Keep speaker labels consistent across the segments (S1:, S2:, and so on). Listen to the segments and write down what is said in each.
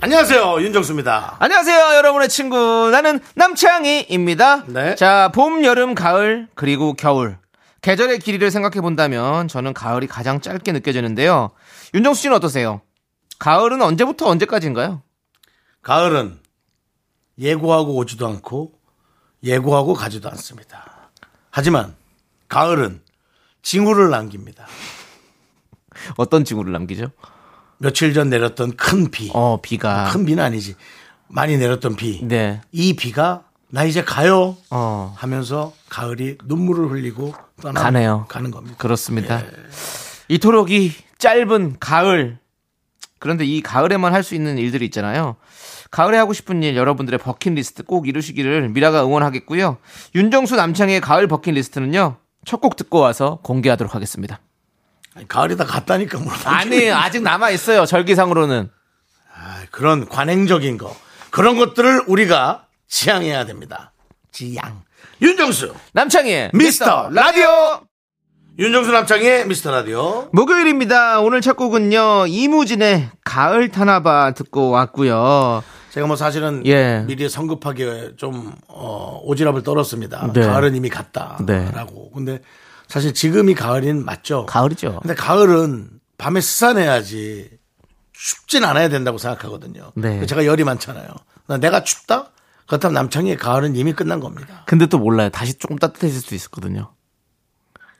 S1: 안녕하세요 윤정수입니다.
S2: 안녕하세요, 여러분의 친구. 나는 남창희입니다.
S1: 네.
S2: 자, 봄, 여름, 가을, 그리고 겨울. 계절의 길이를 생각해 본다면 저는 가을이 가장 짧게 느껴지는데요. 윤정수 씨는 어떠세요? 가을은 언제부터 언제까지인가요?
S1: 가을은 예고하고 오지도 않고 예고하고 가지도 않습니다. 하지만 가을은 징후를 남깁니다.
S2: 어떤 징후를 남기죠?
S1: 며칠 전 내렸던 큰 비,
S2: 어, 비가.
S1: 큰 비는 아니지 많이 내렸던 비.
S2: 네.
S1: 이 비가 나 이제 가요
S2: 어,
S1: 하면서 가을이 눈물을 흘리고 떠나
S2: 가네요.
S1: 가는 겁니다.
S2: 그렇습니다. 이토록 이 짧은 가을. 그런데 이 가을에만 할 수 있는 일들이 있잖아요. 가을에 하고 싶은 일 여러분들의 버킷리스트 꼭 이루시기를 미라가 응원하겠고요. 윤정수 남창의 가을 버킷리스트는요. 첫 곡 듣고 와서 공개하도록 하겠습니다.
S1: 아니, 가을이 다 갔다니까 뭘
S2: 아니에요. 아직 남아 있어요. 절기상으로는.
S1: 아, 그런 관행적인 거 그런 것들을 우리가 지향해야 됩니다. 지향. 윤정수
S2: 남창의
S1: 미스터 라디오. 윤정수 남창의 미스터 라디오.
S2: 목요일입니다. 오늘 첫 곡은요. 이무진의 가을 타나봐 듣고 왔고요.
S1: 제가 뭐 사실은
S2: 예.
S1: 미리 성급하게 좀 어, 오지랖을 떨었습니다.
S2: 네.
S1: 가을은 이미 갔다라고.
S2: 네.
S1: 근데 사실 지금이 가을인 맞죠.
S2: 가을이죠.
S1: 근데 가을은 밤에 스산해야지 춥진 않아야 된다고 생각하거든요.
S2: 네.
S1: 제가 열이 많잖아요. 나 내가 춥다? 그렇다면 남창희의 가을은 이미 끝난 겁니다.
S2: 근데 또 몰라요. 다시 조금 따뜻해질 수도 있었거든요.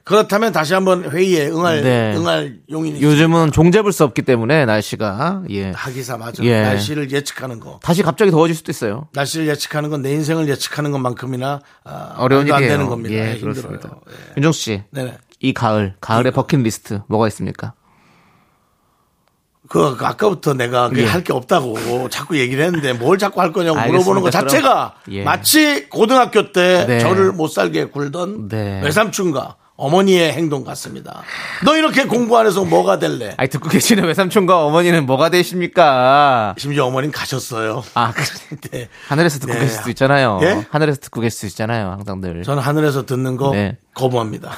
S1: 그렇다면 다시 한번 회의에 응할
S2: 네.
S1: 응할 용인이
S2: 요즘은 종잡을 수 없기 때문에 날씨가 예
S1: 하기사 맞아.
S2: 예.
S1: 날씨를 예측하는 거.
S2: 다시 갑자기 더워질 수도 있어요.
S1: 날씨를 예측하는 건 내 인생을 예측하는 것만큼이나 아,
S2: 어려운
S1: 말도
S2: 일이에요.
S1: 안 되는 겁니다.
S2: 예,
S1: 힘들어요.
S2: 그렇습니다.
S1: 예.
S2: 윤정수 씨,
S1: 네네. 음.
S2: 이 가을 가을의 버킷리스트 뭐가 있습니까?
S1: 그 아까부터 내가 할 게 없다고 자꾸 얘기를 했는데 뭘 자꾸 할 거냐고 물어보는
S2: 예.
S1: 것
S2: 알겠습니다. 그럼-
S1: 자체가
S2: 예.
S1: 마치 고등학교 때
S2: 네.
S1: 저를 못 살게 굴던
S2: 네.
S1: 외삼촌과 어머니의 행동 같습니다. 너 이렇게 공부 안 해서 뭐가 될래?
S2: 아이 듣고 계시는 외삼촌과 어머니는 뭐가 되십니까?
S1: 심지어 어머니는 가셨어요.
S2: 아 그,
S1: 네.
S2: 하늘에서 듣고
S1: 네.
S2: 계실 수도 있잖아요.
S1: 예?
S2: 하늘에서 듣고 계실 수도 있잖아요. 항상 늘
S1: 저는 하늘에서 듣는 거
S2: 네.
S1: 거부합니다.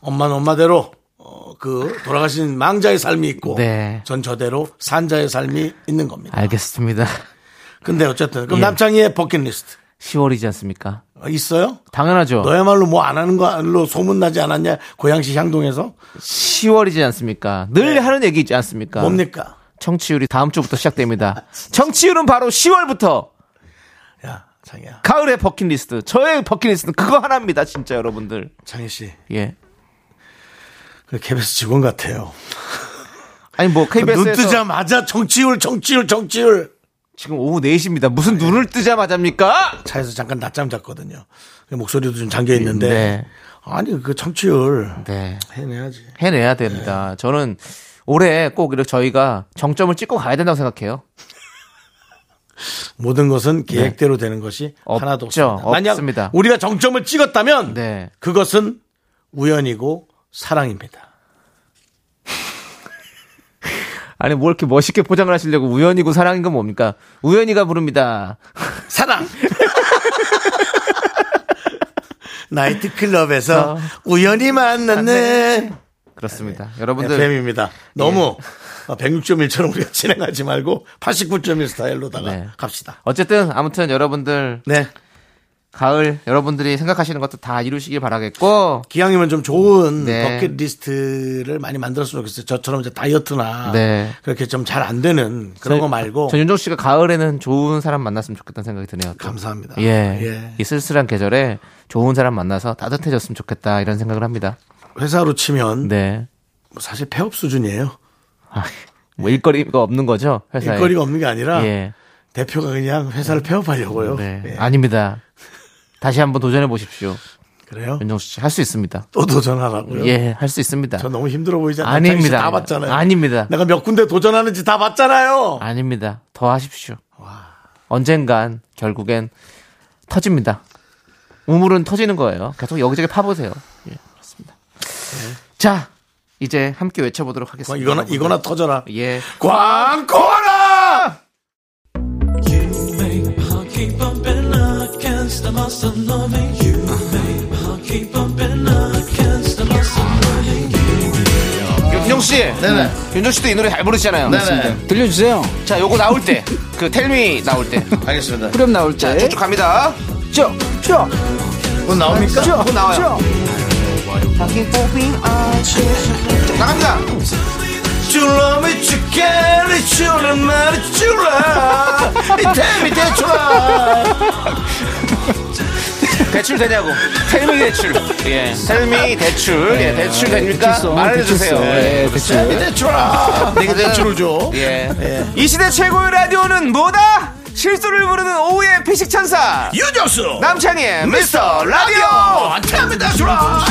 S1: 엄마는 엄마대로 어, 그 돌아가신 망자의 삶이 있고
S2: 네.
S1: 전 저대로 산자의 삶이 있는 겁니다.
S2: 알겠습니다.
S1: 근데 어쨌든 그럼
S2: 예.
S1: 남창희의 버킷리스트
S2: 10월이지 않습니까?
S1: 어, 있어요?
S2: 당연하죠.
S1: 너야말로 뭐 안 하는 걸로 소문나지 않았냐? 고양시 향동에서?
S2: 10월이지 않습니까? 늘 하는 얘기 있지 않습니까?
S1: 네. 뭡니까?
S2: 청취율이 다음 주부터 시작됩니다. 청취율은 바로 10월부터
S1: 야, 장희야.
S2: 가을의 버킷리스트. 저의 버킷리스트는 그거 하나입니다, 진짜 여러분들.
S1: 장희 씨.
S2: 예.
S1: 그 KBS 직원 같아요.
S2: 아니 뭐 KBS에서
S1: 눈 뜨자마자 정치율, 정치율, 정치율.
S2: 지금 오후 4시입니다. 무슨 눈을 뜨자마자입니까?
S1: 차에서 잠깐 낮잠 잤거든요. 목소리도 좀 잠겨 있는데.
S2: 네.
S1: 아니, 그 청취율.
S2: 네.
S1: 해내야지.
S2: 해내야 됩니다. 저는 올해 꼭 이렇게 저희가 정점을 찍고 가야 된다고 생각해요.
S1: 모든 것은 계획대로 되는 것이
S2: 네. 없죠.
S1: 하나도 없습니다. 만약
S2: 없습니다.
S1: 우리가 정점을 찍었다면
S2: 네.
S1: 그것은 우연이고 사랑입니다.
S2: 아니 뭘 이렇게 멋있게 포장을 하시려고 우연이고 사랑인 건 뭡니까? 우연이가 부릅니다.
S1: 사랑. 나이트클럽에서
S2: 어.
S1: 우연히 만났네.
S2: 그렇습니다. 여러분들
S1: FM입니다.
S2: 예.
S1: 너무 106.1처럼 우리가 진행하지 말고 89.1 스타일로다가
S2: 네.
S1: 갑시다.
S2: 어쨌든 아무튼 여러분들
S1: 네.
S2: 가을 여러분들이 생각하시는 것도 다 이루시길 바라겠고
S1: 기왕이면 좀 좋은
S2: 네.
S1: 버킷 리스트를 많이 만들었으면 좋겠어요. 저처럼 이제 다이어트나
S2: 네.
S1: 그렇게 좀 잘 안 되는 그런 거 말고
S2: 전 윤종 씨가 가을에는 좋은 사람 만났으면 좋겠다는 생각이 드네요. 또.
S1: 감사합니다.
S2: 예. 이 쓸쓸한 계절에 좋은 사람 만나서 따뜻해졌으면 좋겠다 이런 생각을 합니다.
S1: 회사로 치면
S2: 네.
S1: 뭐 사실 폐업 수준이에요.
S2: 아, 뭐 일거리가 없는 거죠 회사에.
S1: 일거리가 없는 게 아니라
S2: 네. 예.
S1: 대표가 그냥 회사를 폐업하려고요.
S2: 네.
S1: 예.
S2: 아닙니다. 다시 한번 도전해 보십시오.
S1: 그래요?
S2: 윤종수 씨 할 수 있습니다.
S1: 또 도전하라고요?
S2: 네. 예, 할 수 있습니다.
S1: 저 너무 힘들어 보이잖아요.
S2: 아닙니다.
S1: 남창희 씨다 봤잖아요.
S2: 아닙니다.
S1: 어. 내가 몇 군데 도전하는지 다 봤잖아요.
S2: 아닙니다. 더 하십시오. 언젠간 결국엔 터집니다. 우물은 터지는 거예요. 계속 여기저기 파보세요. 예, 그렇습니다. 자, 이제 함께 외쳐보도록
S1: 네. 뭐
S2: 하겠습니다.
S1: 이거나 이거나 터져라.
S2: 예.
S1: 광고라.
S2: 윤정 씨, 네네. 윤정 씨도 이 노래 잘 부르시잖아요.
S1: 네네.
S3: 음. 들려주세요.
S2: 자, 요거 나올 때, 그 텔미 나올 때,
S1: 알겠습니다.
S3: 그럼 나올 때.
S2: 쭉쭉 갑니다.
S3: 쭉, 쭉,
S1: 곧 나옵니까?
S3: 쭉,
S2: 또 나와요. 쭉 나갑니다.
S1: You love me, you care, it's your man, it's your love. It's me, that's your love.
S2: 대출 되냐고. 텔미 대출. 예. 텔미 대출. 예. 대출 됩니까?
S3: 아, 대출성,
S2: 말해주세요.
S3: 대출성.
S1: It's
S2: 예.
S3: 예, 대출.
S1: me, that's your love. 내가 대출을 줘.
S2: 네. 예. 이 시대 최고의 라디오는 뭐다? 실수를 부르는 오후의 피식 천사.
S1: 유정수
S2: 남창희의 미스터 라디오.
S1: 라디오 Tell me that's your love.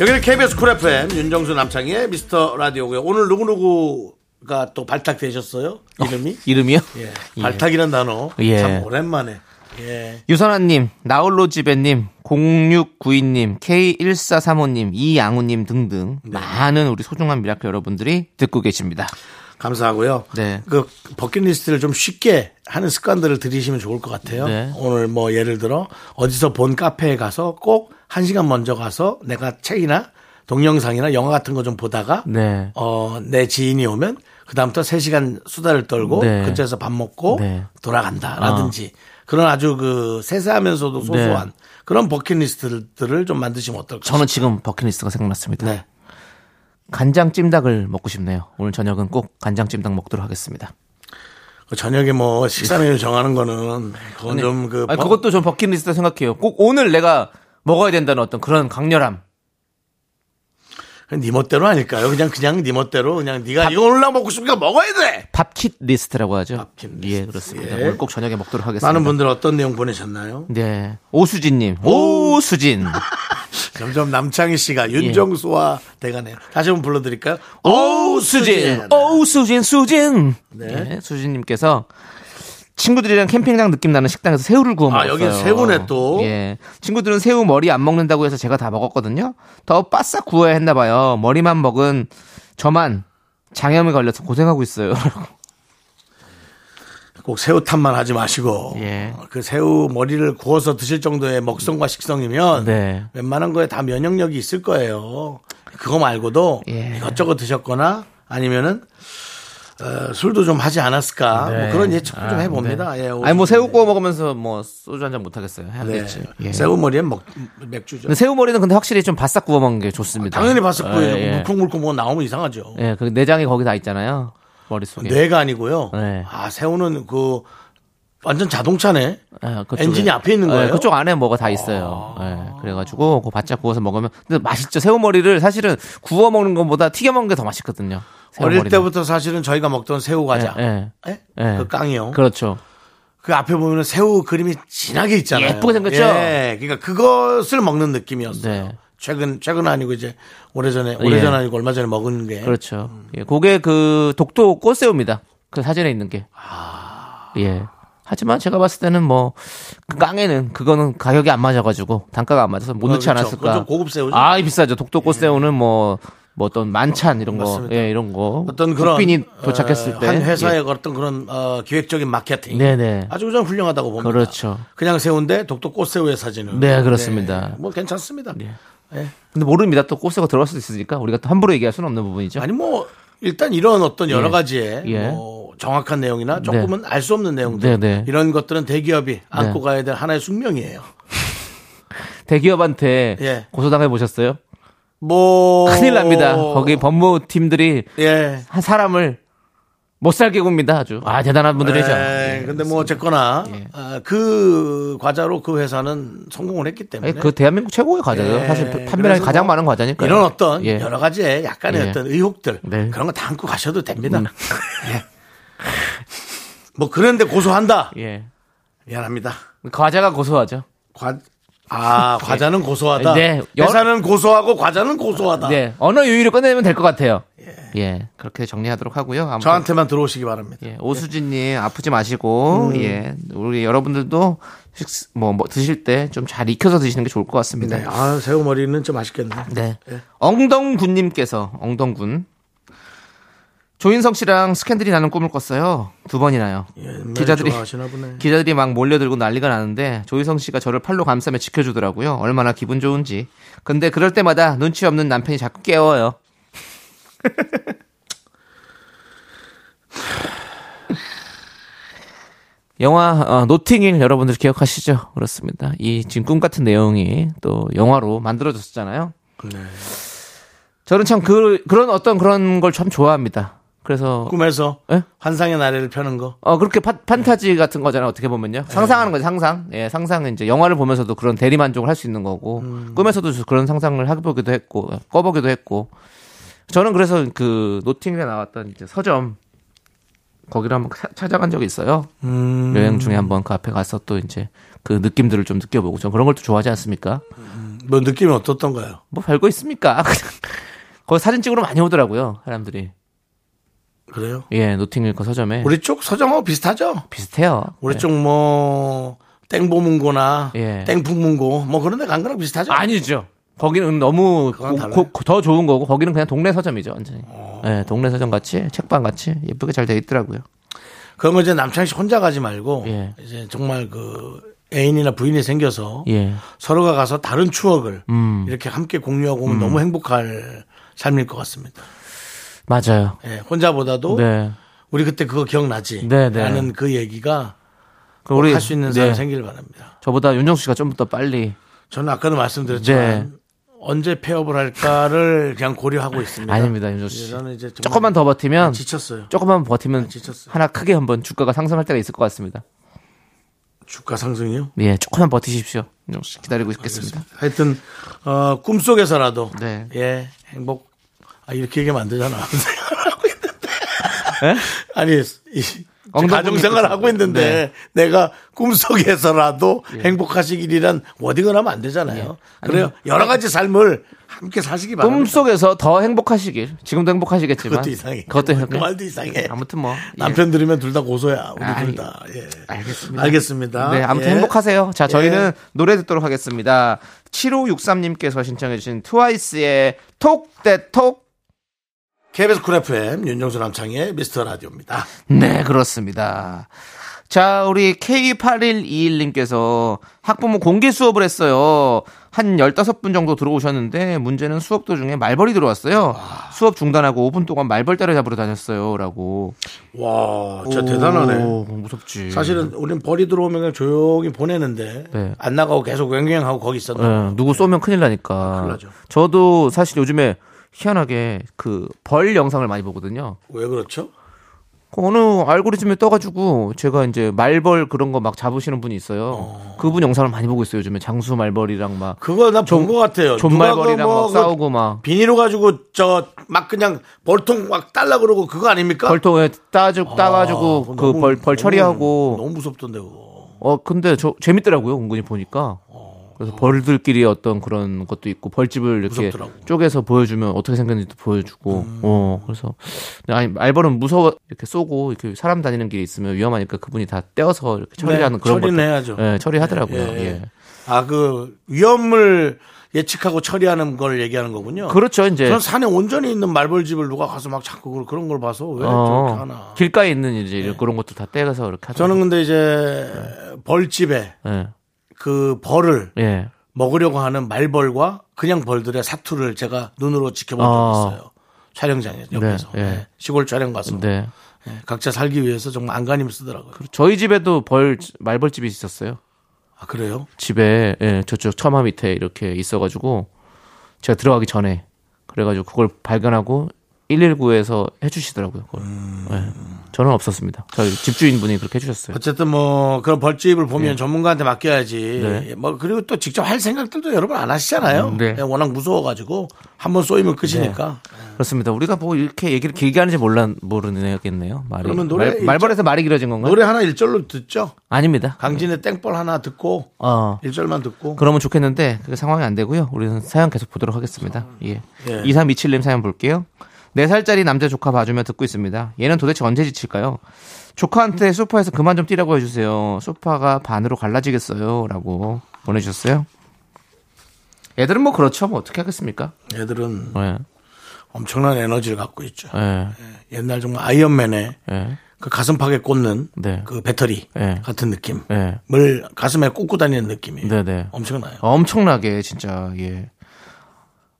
S1: 여기는 KBS 쿨 FM 윤정수 남창희의 미스터 라디오고요. 오늘 누구누구가 또 발탁되셨어요? 이름이?
S2: 이름이요?
S1: 예. 발탁이란 단어
S2: 예.
S1: 참 오랜만에 예.
S2: 유선아님, 나홀로지배님, 0692님, K1435님, 이양우님 등등 많은 우리 소중한 미라클 여러분들이 듣고 계십니다.
S1: 감사하고요.
S2: 네.
S1: 그 버킷리스트를 좀 쉽게 하는 습관들을 들이시면 좋을 것 같아요.
S2: 네.
S1: 오늘 뭐 예를 들어 어디서 본 카페에 가서 꼭 한 시간 먼저 가서 내가 책이나 동영상이나 영화 같은 거 좀 보다가
S2: 네.
S1: 어, 내 지인이 오면 그다음부터 세시간 수다를 떨고
S2: 네.
S1: 근처에서 밥 먹고
S2: 네.
S1: 돌아간다라든지 그런 아주 그
S2: 네.
S1: 세세하면서도 소소한 그런 버킷리스트들을 좀 만드시면 어떨까?
S2: 저는 지금 버킷리스트가 생각났습니다.
S1: 네.
S2: 간장 찜닭을 먹고 싶네요. 오늘 저녁은 꼭 간장 찜닭 먹도록 하겠습니다.
S1: 그 저녁에 뭐 식사 메뉴 정하는 거는 그건 좀그
S2: 아니, 그것도 전 버킷리스트 생각해요. 꼭 오늘 내가 먹어야 된다는 어떤 그런 강렬함.
S1: 네 멋대로 아닐까요? 그냥 그냥 네 멋대로 그냥 네가 이거 오늘 나 먹고 싶으니까 먹어야 돼.
S2: 밥킷 리스트라고 하죠.
S1: 밥킷
S2: 예, 그렇습니다.
S1: 예.
S2: 오늘 꼭 저녁에 먹도록 하겠습니다.
S1: 많은 분들 어떤 내용 보내셨나요?
S2: 네. 오수진님. 오수진.
S1: 점점 남창희 씨가 윤정수와 대가네요. 다시 한번 불러드릴까요? 예. 오
S2: 어, 오수진. 오수진, 수진. 네. 수진님께서 친구들이랑 캠핑장 느낌 나는 식당에서 새우를 구워
S1: 아,
S2: 먹었어요.
S1: 여긴 새우네, 또.
S2: 예. 친구들은 새우 머리 안 먹는다고 해서 제가 다 먹었거든요. 더 바싹 구워야 했나 봐요. 머리만 먹은 저만 장염에 걸려서 고생하고 있어요.
S1: 꼭 새우탄만 하지 마시고
S2: 예.
S1: 그 새우 머리를 구워서 드실 정도의 먹성과 식성이면
S2: 네.
S1: 웬만한 거에 다 면역력이 있을 거예요. 그거 말고도
S2: 예.
S1: 이것저것 드셨거나 아니면은 어, 술도 좀 하지 않았을까 뭐 그런 예측 좀
S2: 아,
S1: 해봅니다.
S2: 네.
S1: 예,
S2: 아니 뭐 새우
S1: 오수진님.
S2: 구워 먹으면서 뭐 소주 한 잔 못 하겠어요. 해야겠지. 예.
S1: 네. 새우 머리엔 먹 맥주죠.
S2: 근데 새우 머리는 근데 확실히 좀 바싹 구워 먹는 게 좋습니다.
S1: 당연히 봤을 거예요.
S2: 예, 예.
S1: 물컹물컹 뭐 나오면 이상하죠.
S2: 예, 그 내장이 거기 다 있잖아요. 머릿속에.
S1: 뇌가 아니고요.
S2: 예. 네.
S1: 아 새우는 그 완전 자동차네.
S2: 예, 그쪽에.
S1: 엔진이 앞에 있는 거예요. 아.
S2: 예, 그쪽 안에 뭐가 다 있어요. 예, 그래가지고 그 바짝 구워서 먹으면 근데 맛있죠. 새우 머리를 사실은 구워 먹는 것보다 튀겨 먹는 게 더 맛있거든요. 새우
S1: 어릴
S2: 머리는.
S1: 때부터 사실은 저희가 먹던 새우 과자,
S2: 예,
S1: 예?
S2: 예.
S1: 그 깡이요. 그,
S2: 그렇죠.
S1: 앞에 보면 새우 그림이 진하게 있잖아요.
S2: 예쁘게 생겼죠?
S1: 예, 그러니까 그것을 먹는 느낌이었어요.
S2: 네. 예.
S1: 최근 최근 아니고 이제 오래 전에 오래 전 아니고 얼마 전에 먹은 게
S2: 그렇죠.
S1: 음.
S2: 예, 그게 그 독도 꽃새우입니다. 그 사진에 있는 게.
S1: 아.
S2: 예. 하지만 제가 봤을 때는 뭐, 그 깡에는 그거는 가격이 안 맞아가지고, 단가가 안 맞아서 못
S1: 어,
S2: 넣지
S1: 그렇죠. 그건
S2: 않았을까.
S1: 좀 고급 새우죠. 예.
S2: 아, 비싸죠. 독도 꽃새우는 뭐, 뭐 어떤 만찬 이런 거, 예, 이런 거.
S1: 어떤 그런
S2: 국빈이 도착했을
S1: 어,
S2: 때.
S1: 한 회사의
S2: 예.
S1: 어떤 그런 어, 기획적인 마케팅
S2: 네네.
S1: 아주 그냥 훌륭하다고 봅니다.
S2: 그렇죠.
S1: 그냥 새우인데 독도 꽃새우의 사진은
S2: 네, 그렇습니다.
S1: 네, 뭐 괜찮습니다.
S2: 근데 모릅니다. 또 꽃새우가 들어갈 수 있으니까 우리가 또 함부로 얘기할 수는 없는 부분이죠.
S1: 아니 뭐 일단 이런 어떤 여러
S2: 예.
S1: 가지의
S2: 예.
S1: 뭐 정확한 내용이나 조금은 알 수 없는 내용들
S2: 네, 네.
S1: 이런 것들은 대기업이 안고 가야 될 하나의 숙명이에요.
S2: 대기업한테
S1: 예.
S2: 고소당해 보셨어요?
S1: 뭐
S2: 큰일 납니다. 거기 법무팀들이
S1: 예.
S2: 한 사람을 못 살게 굽니다 아주 아 대단한 분들이죠 네,
S1: 예, 근데 뭐 어쨌거나
S2: 예.
S1: 아, 그 과자로 그 회사는 성공을 했기
S2: 예,
S1: 때문에
S2: 그 대한민국 최고의 과자예요
S1: 예,
S2: 사실 판매량이
S1: 그래서
S2: 가장
S1: 뭐
S2: 많은 예. 과자니까
S1: 이런 어떤 여러 가지의 약간의
S2: 예.
S1: 어떤 의혹들
S2: 네. 음.
S1: 그런 거 다 안고 가셔도 됩니다. 예. 뭐 그런데 고소한다.
S2: 예
S1: 미안합니다.
S2: 과자가 고소하죠
S1: 과 아, 과자는 고소하다.
S2: 네.
S1: 회사는 고소하고 과자는 고소하다.
S2: 네, 언어 유희로 꺼내면 될 것 같아요. 예. 그렇게 정리하도록 하고요. 아무튼,
S1: 저한테만 들어오시기 바랍니다.
S2: 예, 오수진님 아프지 마시고 예, 우리 여러분들도 식스- 뭐, 뭐 드실 때 좀 잘 익혀서 드시는 게 좋을 것 같습니다.
S1: 네. 아, 새우머리는 좀 맛있겠네.
S2: 네. 엉덩군님께서 엉덩군 조인성 씨랑 스캔들이 나는 꿈을 꿨어요. 두 번이나요.
S1: 옛날에
S2: 기자들이
S1: 예, 좋아하시나 보네.
S2: 기자들이 막 몰려들고 난리가 나는데 조인성 씨가 저를 팔로 감싸며 지켜주더라고요. 얼마나 기분 좋은지. 근데 그럴 때마다 눈치 없는 남편이 자꾸 깨워요. 영화 어, 노팅힐 여러분들 기억하시죠? 그렇습니다. 이 지금 꿈 같은 내용이 또 영화로 만들어졌잖아요.
S1: 네.
S2: 저는 참 그, 그런 어떤 그런 걸 참 좋아합니다. 그래서
S1: 꿈에서
S2: 예?
S1: 환상의 나래를 펴는 거.
S2: 어 그렇게 파- 판타지 같은 거잖아요. 어떻게 보면요.
S1: 네.
S2: 상상하는 거죠. 상상. 예, 상상은 이제 영화를 보면서도 그런 대리 만족을 할 수 있는 거고
S1: 음.
S2: 꿈에서도 그런 상상을 해보기도 했고 꿔보기도 했고 저는 그래서 그 노팅에 나왔던 이제 서점 거기를 한번 차- 찾아간 적이 있어요.
S1: 음,
S2: 여행 중에 한번 그 앞에 가서 또 이제 그 느낌들을 좀 느껴보고 저 그런 걸 또 좋아하지 않습니까?
S1: 뭐 느낌이 어떻던가요?
S2: 뭐 별거 있습니까? 거기 사진 찍으러 많이 오더라고요 사람들이.
S1: 그래요?
S2: 예, 노팅힐 그 서점에
S1: 우리 쪽 서점하고 비슷하죠?
S2: 비슷해요.
S1: 우리
S2: 예.
S1: 쪽 뭐, 땡보문고나
S2: 예.
S1: 땡풍문고 뭐 그런 데 간 거랑 비슷하죠?
S2: 아니죠. 거기는 음, 너무
S1: 그건
S2: 고-
S1: 달라요. 어.
S2: 고- 더 좋은 거고 거기는 그냥 동네 서점이죠 완전히. 예, 동네 서점 같이 책방 같이 예쁘게 잘 돼 있더라고요.
S1: 그런 거 이제 남창 씨 혼자 가지 말고
S2: 예.
S1: 이제 정말 그 애인이나 부인이 생겨서
S2: 예.
S1: 서로가 가서 다른 추억을
S2: 음.
S1: 이렇게 함께 공유하고 오면 너무 행복할 삶일 것 같습니다.
S2: 맞아요.
S1: 예, 혼자보다도
S2: 네.
S1: 우리 그때 그거 기억나지?
S2: 네, 네.
S1: 라는 그 얘기가
S2: 그 우리
S1: 할 수 있는 사람
S2: 네.
S1: 생길 바랍니다.
S2: 저보다 윤정수 씨가 좀 더 빨리
S1: 저는 아까도 말씀드렸지만
S2: 네.
S1: 언제 폐업을 할까를 그냥 고려하고 있습니다.
S2: 아닙니다, 윤정수 씨.
S1: 저는 이제 정말
S2: 조금만 더 버티면
S1: 지쳤어요. 아,
S2: 조금만 버티면
S1: 지쳤어요.
S2: 하나 크게 한번 주가가 상승할 때가 있을 것 같습니다.
S1: 주가 상승이요?
S2: 예, 조금만 버티십시오. 윤정수 씨 기다리고 있겠습니다.
S1: 하여튼 어, 꿈속에서라도
S2: 네.
S1: 예 행복 아 이렇게 얘기하면 안 되잖아 생각하고 있는데 아니 이,
S2: 예? 엉덩이 네.
S1: 가정생활 하고 있는데 내가 꿈속에서라도
S2: 예.
S1: 행복하시길이란 워딩을 하면 안 되잖아요 그래요 여러 가지 삶을 함께 사시기 바랍니다
S2: 뭐, 꿈속에서 더 행복하시길. 지금도 행복하시겠지만
S1: 그것도 이상해
S2: 그것도
S1: 그
S2: 행복해.
S1: 말도 이상해
S2: 아무튼 뭐 예.
S1: 남편 들으면 둘 다 고소야 우리
S2: 아이,
S1: 둘다 예.
S2: 알겠습니다.
S1: 알겠습니다.
S2: 네, 아무튼
S1: 예.
S2: 행복하세요. 자, 저희는 노래 듣도록 하겠습니다. 7563님께서 신청해주신 트와이스의 톡대톡.
S1: KBS 쿨 FM 윤정수 남창의 미스터 라디오입니다
S2: 네, 그렇습니다. 자, 우리 K8121님께서 학부모 공개 수업을 했어요. 한 15분 정도 들어오셨는데 문제는 수업 도중에 말벌이 들어왔어요. 수업 중단하고 5분 동안 말벌 때려잡으러 다녔어요. 라고.
S1: 와 진짜 아, 대단하네
S2: 오, 무섭지.
S1: 사실은 우린 벌이 들어오면 그냥 조용히 보내는데
S2: 예. 네.
S1: 안 나가고 계속 웽웽하고 거기 있었나 봐요.
S2: 예, 누구 쏘면 큰일 나니까.
S1: 큰일 나죠.
S2: 저도 사실 요즘에 희한하게 그 벌 영상을 많이 보거든요.
S1: 왜 그렇죠?
S2: 그 어느 알고리즘에 떠가지고 제가 이제 말벌 그런 거 막 잡으시는 분이 있어요. 그분 영상을 많이 보고 있어요. 요즘에 장수 말벌이랑 막
S1: 그거 나 본 것 같아요. 누가
S2: 존말벌이랑
S1: 그거
S2: 막
S1: 그
S2: 싸우고 막
S1: 비닐로 가지고 저 막 그냥 벌통 막 딸라 그러고 그거 아닙니까?
S2: 벌통에 따주
S1: 아,
S2: 따가지고
S1: 그거
S2: 그
S1: 너무-
S2: 벌 벌
S1: 너무-
S2: 처리하고
S1: 너무 무섭던데 그거.
S2: 어 근데 저 재밌더라고요 은근히 보니까 그래서 벌들끼리 어떤 그런 것도 있고 벌집을 이렇게
S1: 어. 무섭더라고.
S2: 쪼개서 보여주면 어떻게 생겼는지도 보여주고
S1: 음.
S2: 어 그래서 근데 아니 말벌은 무서워 이렇게 쏘고 이렇게 사람 다니는 길이 있으면 위험하니까 그분이 다 떼어서 이렇게 처리하는
S1: 네,
S2: 그런
S1: 처리는
S2: 것도-
S1: 해야죠.
S2: 예, 처리하더라고요
S1: 예, 예.
S2: 예.
S1: 아 그 위험을 예측하고 처리하는 걸 얘기하는 거군요.
S2: 그렇죠 이제
S1: 전 산에 온전히 있는 말벌집을 누가 가서 막 자꾸 그걸- 그런 걸 봐서 왜
S2: 어,
S1: 저렇게 하나. 예.
S2: 길가에 있는 이제 그런 것도 다 떼어서 이렇게 하죠
S1: 저는 근데 이제 벌집에
S2: 예,
S1: 그 벌을
S2: 예.
S1: 먹으려고 하는 말벌과 그냥 벌들의 사투를 제가 눈으로 지켜본 적이
S2: 아.
S1: 있어요. 촬영장에 옆에서
S2: 네, 네.
S1: 네, 시골 촬영 가서
S2: 네 그렇죠.
S1: 네, 각자 살기 위해서 정말 안간힘을 쓰더라고요.
S2: 저희 집에도 벌 말벌집이 있었어요
S1: 아 그래요?
S2: 집에 예, 저쪽 처마 밑에 이렇게 있어가지고 제가 들어가기
S1: 음.
S2: 전에 그래가지고 그걸 발견하고 119에서 해주시더라고요. 그걸. 예. 저는 없었습니다. 저희 집주인분이 그렇게 해주셨어요.
S1: 어쨌든 뭐 그런 벌집을 보면 전문가한테 맡겨야지.
S2: 예. 네.
S1: 뭐 그리고 또 직접 할 생각들도 여러분 안 하시잖아요.
S2: 음, 네.
S1: 그냥 워낙 무서워가지고 한번 쏘이면 끝이니까.
S2: 그렇습니다. 우리가 뭐 이렇게 얘기를 길게 하는지 몰라 모르겠네요. 말이
S1: 그러면 노래
S2: 말,
S1: 일절-
S2: 말벌에서 말이 길어진 건가요?
S1: 노래 하나 일절로 듣죠.
S2: 아닙니다.
S1: 강진의 땡벌 하나 듣고
S2: 어.
S1: 일절만 듣고.
S2: 그러면 좋겠는데 그게 상황이 안 되고요. 우리는 사연 계속 보도록 하겠습니다. 예.
S1: 예.
S2: 2327님 사연 볼게요. 4살짜리 남자 조카 봐주며 듣고 있습니다. 얘는 도대체 언제 지칠까요? 조카한테 소파에서 그만 좀 뛰라고 해주세요. 소파가 반으로 갈라지겠어요. 라고 보내주셨어요. 애들은 뭐 그렇죠. 뭐 어떻게 하겠습니까?
S1: 애들은
S2: 예.
S1: 엄청난 에너지를 갖고 있죠.
S2: 예.
S1: 옛날 정말 아이언맨의
S2: 예.
S1: 그 가슴팍에 꽂는
S2: 네.
S1: 그 배터리
S2: 예.
S1: 같은 느낌을
S2: 예.
S1: 가슴에 꽂고 다니는 느낌이에요.
S2: 네네. 어.
S1: 엄청나요.
S2: 엄청나게 진짜 예.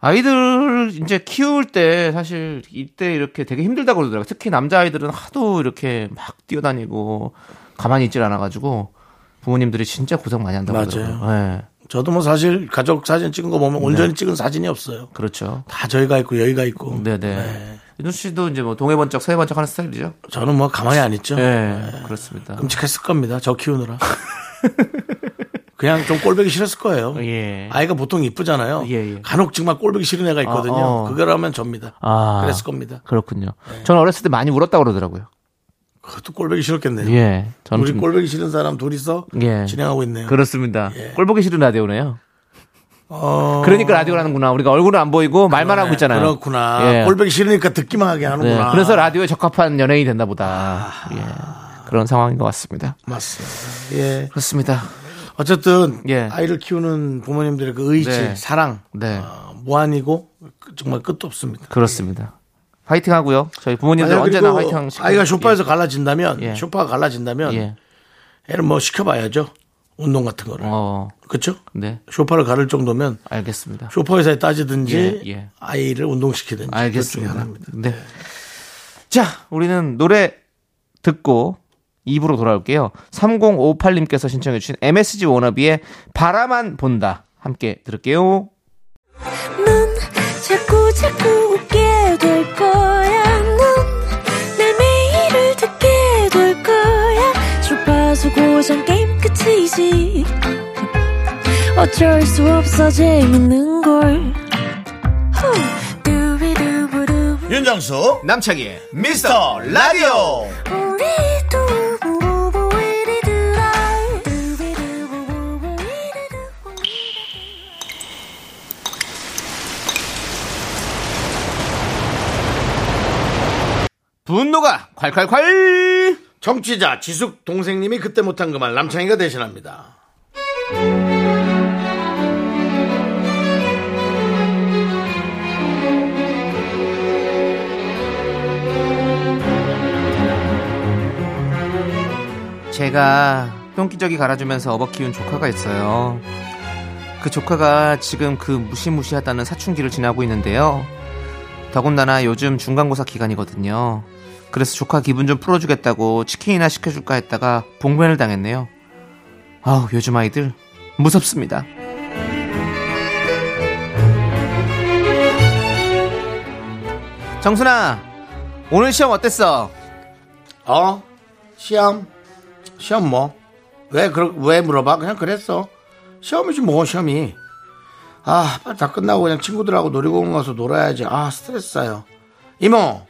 S2: 아이들 이제 키울 때 사실 이때 이렇게 되게 힘들다고 그러더라고요. 특히 남자 아이들은 하도 이렇게 막 뛰어다니고 가만히 있질 않아 가지고 부모님들이 진짜 고생 많이 한다고
S1: 맞아요.
S2: 그러더라고요. 예.
S1: 저도 뭐 사실 가족 사진 찍은 거 보면 온전히 찍은 사진이 없어요.
S2: 그렇죠.
S1: 다 저희가 있고 여기가 있고.
S2: 네, 네. 윤 씨도 이제 뭐 동해 번쩍 서해 번쩍 하는 스타일이죠?
S1: 저는 뭐 가만히 안 있죠.
S2: 예.
S1: 네.
S2: 그렇습니다.
S1: 끔찍했을 겁니다. 저 키우느라. 그냥 좀 꼴보기 싫었을 거예요.
S2: 예.
S1: 아이가 보통 이쁘잖아요.
S2: 예, 예.
S1: 간혹 정말 꼴보기 싫은 애가 있거든요.
S2: 아, 어.
S1: 그거라면 접니다.
S2: 아.
S1: 그랬을 네. 겁니다.
S2: 그렇군요. 저는 어렸을 때 많이 울었다고 그러더라고요.
S1: 그것도 꼴보기 싫었겠네요.
S2: 예. 저는
S1: 우리
S2: 좀-
S1: 꼴보기 싫은 사람 둘이서
S2: 예.
S1: 진행하고 있네요. 예.
S2: 그렇습니다. 꼴 보기 싫은 라디오네요.
S1: 어,
S2: 그러니까 라디오를 하는구나. 우리가 얼굴은 안 보이고 말만 하고 있잖아요.
S1: 그렇구나.
S2: 예.
S1: 꼴보기 싫으니까 듣기만 하게 하는구나.
S2: 네. 그래서 라디오에 적합한 연예인이 됐나 보다. 예. 그런 상황인 것 같습니다.
S1: 맞습니다. 예.
S2: 그렇습니다.
S1: 어쨌든
S2: 예.
S1: 아이를 키우는 부모님들의 그 의지,
S2: 네.
S1: 사랑
S2: 네.
S1: 어, 무한이고 그- 정말 끝도 없습니다.
S2: 그렇습니다. 화이팅 하고요. 저희 부모님들
S1: 만약
S2: 언제나
S1: 그리고
S2: 화이팅 하시고.
S1: 아이가 쇼파에서 갈라진다면
S2: 예.
S1: 쇼파가 갈라진다면
S2: 예. 예.
S1: 애를 뭐 시켜봐야죠. 운동 같은 거를.
S2: 어.
S1: 그렇죠?
S2: 네.
S1: 쇼파를 가를 정도면
S2: 알겠습니다.
S1: 쇼파 회사에 따지든지
S2: 예, 예.
S1: 아이를 운동시키든지 둘 중에
S2: 알겠습니다.
S1: 하나입니다.
S2: 네. 자, 우리는 노래 듣고 입으로 돌아올게요. 3058님께서 신청해 주신 MSG 워너비의 바라만 본다 함께 들을게요.
S3: 넌 자꾸 자꾸 웃게 될 거야. 넌내 매일을 듣게 될 거야. 주파수 고정 게임 끝이지. 어쩔 수 없어 재밌는 걸. 후. 두비두부두부.
S1: 윤정수
S2: 남창희의
S1: 미스터 라디오
S3: 우리 두부부부 우리 두라. 두비두부부부 우리 두부부.
S2: 분노가 콸콸콸!
S1: 정치자 지숙 동생님이 그때 못한 그 말 남창희가 대신합니다.
S2: 제가 똥기저귀 갈아주면서 업어 키운 조카가 있어요. 그 조카가 지금 그 무시무시하다는 사춘기를 지나고 있는데요. 더군다나 요즘 중간고사 기간이거든요. 그래서 조카 기분 좀 풀어주겠다고 치킨이나 시켜줄까 했다가 봉변을 당했네요. 아우, 요즘 아이들 무섭습니다. 정순아, 오늘 시험 어땠어?
S1: 어? 시험? 시험 뭐? 왜, 그러, 왜 물어봐? 그냥 그랬어. 시험이지 뭐, 시험이. 아, 빨리 다 끝나고 그냥 친구들하고 놀이공원 가서 놀아야지. 아, 스트레스 쌓여. 이모!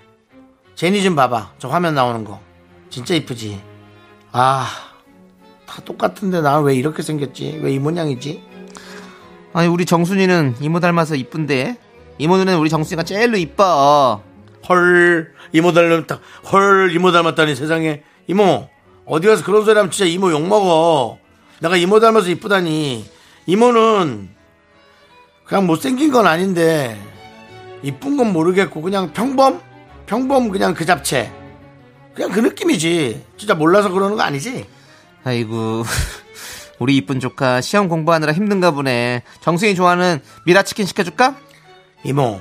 S1: 제니 좀 봐봐. 저 화면 나오는 거. 진짜 이쁘지? 아, 다 똑같은데 나 왜 이렇게 생겼지? 왜 이 모양이지?
S2: 아니 우리 정순이는 이모 닮아서 이쁜데 이모 눈에는 우리 정순이가 제일로 이뻐
S1: 헐, 이모 닮았다. 헐, 이모 닮았다니 세상에. 이모, 어디 가서 그런 소리 하면 진짜 이모 욕먹어. 내가 이모 닮아서 이쁘다니. 이모는 그냥 못생긴 건 아닌데, 이쁜 건 모르겠고, 그냥 평범? 평범 그냥 그 잡채. 그냥 그 느낌이지. 진짜 몰라서 그러는 거 아니지?
S2: 아이고 우리 이쁜 조카 시험 공부하느라 힘든가 보네 정순이 좋아하는 미라치킨 시켜줄까?
S1: 이모,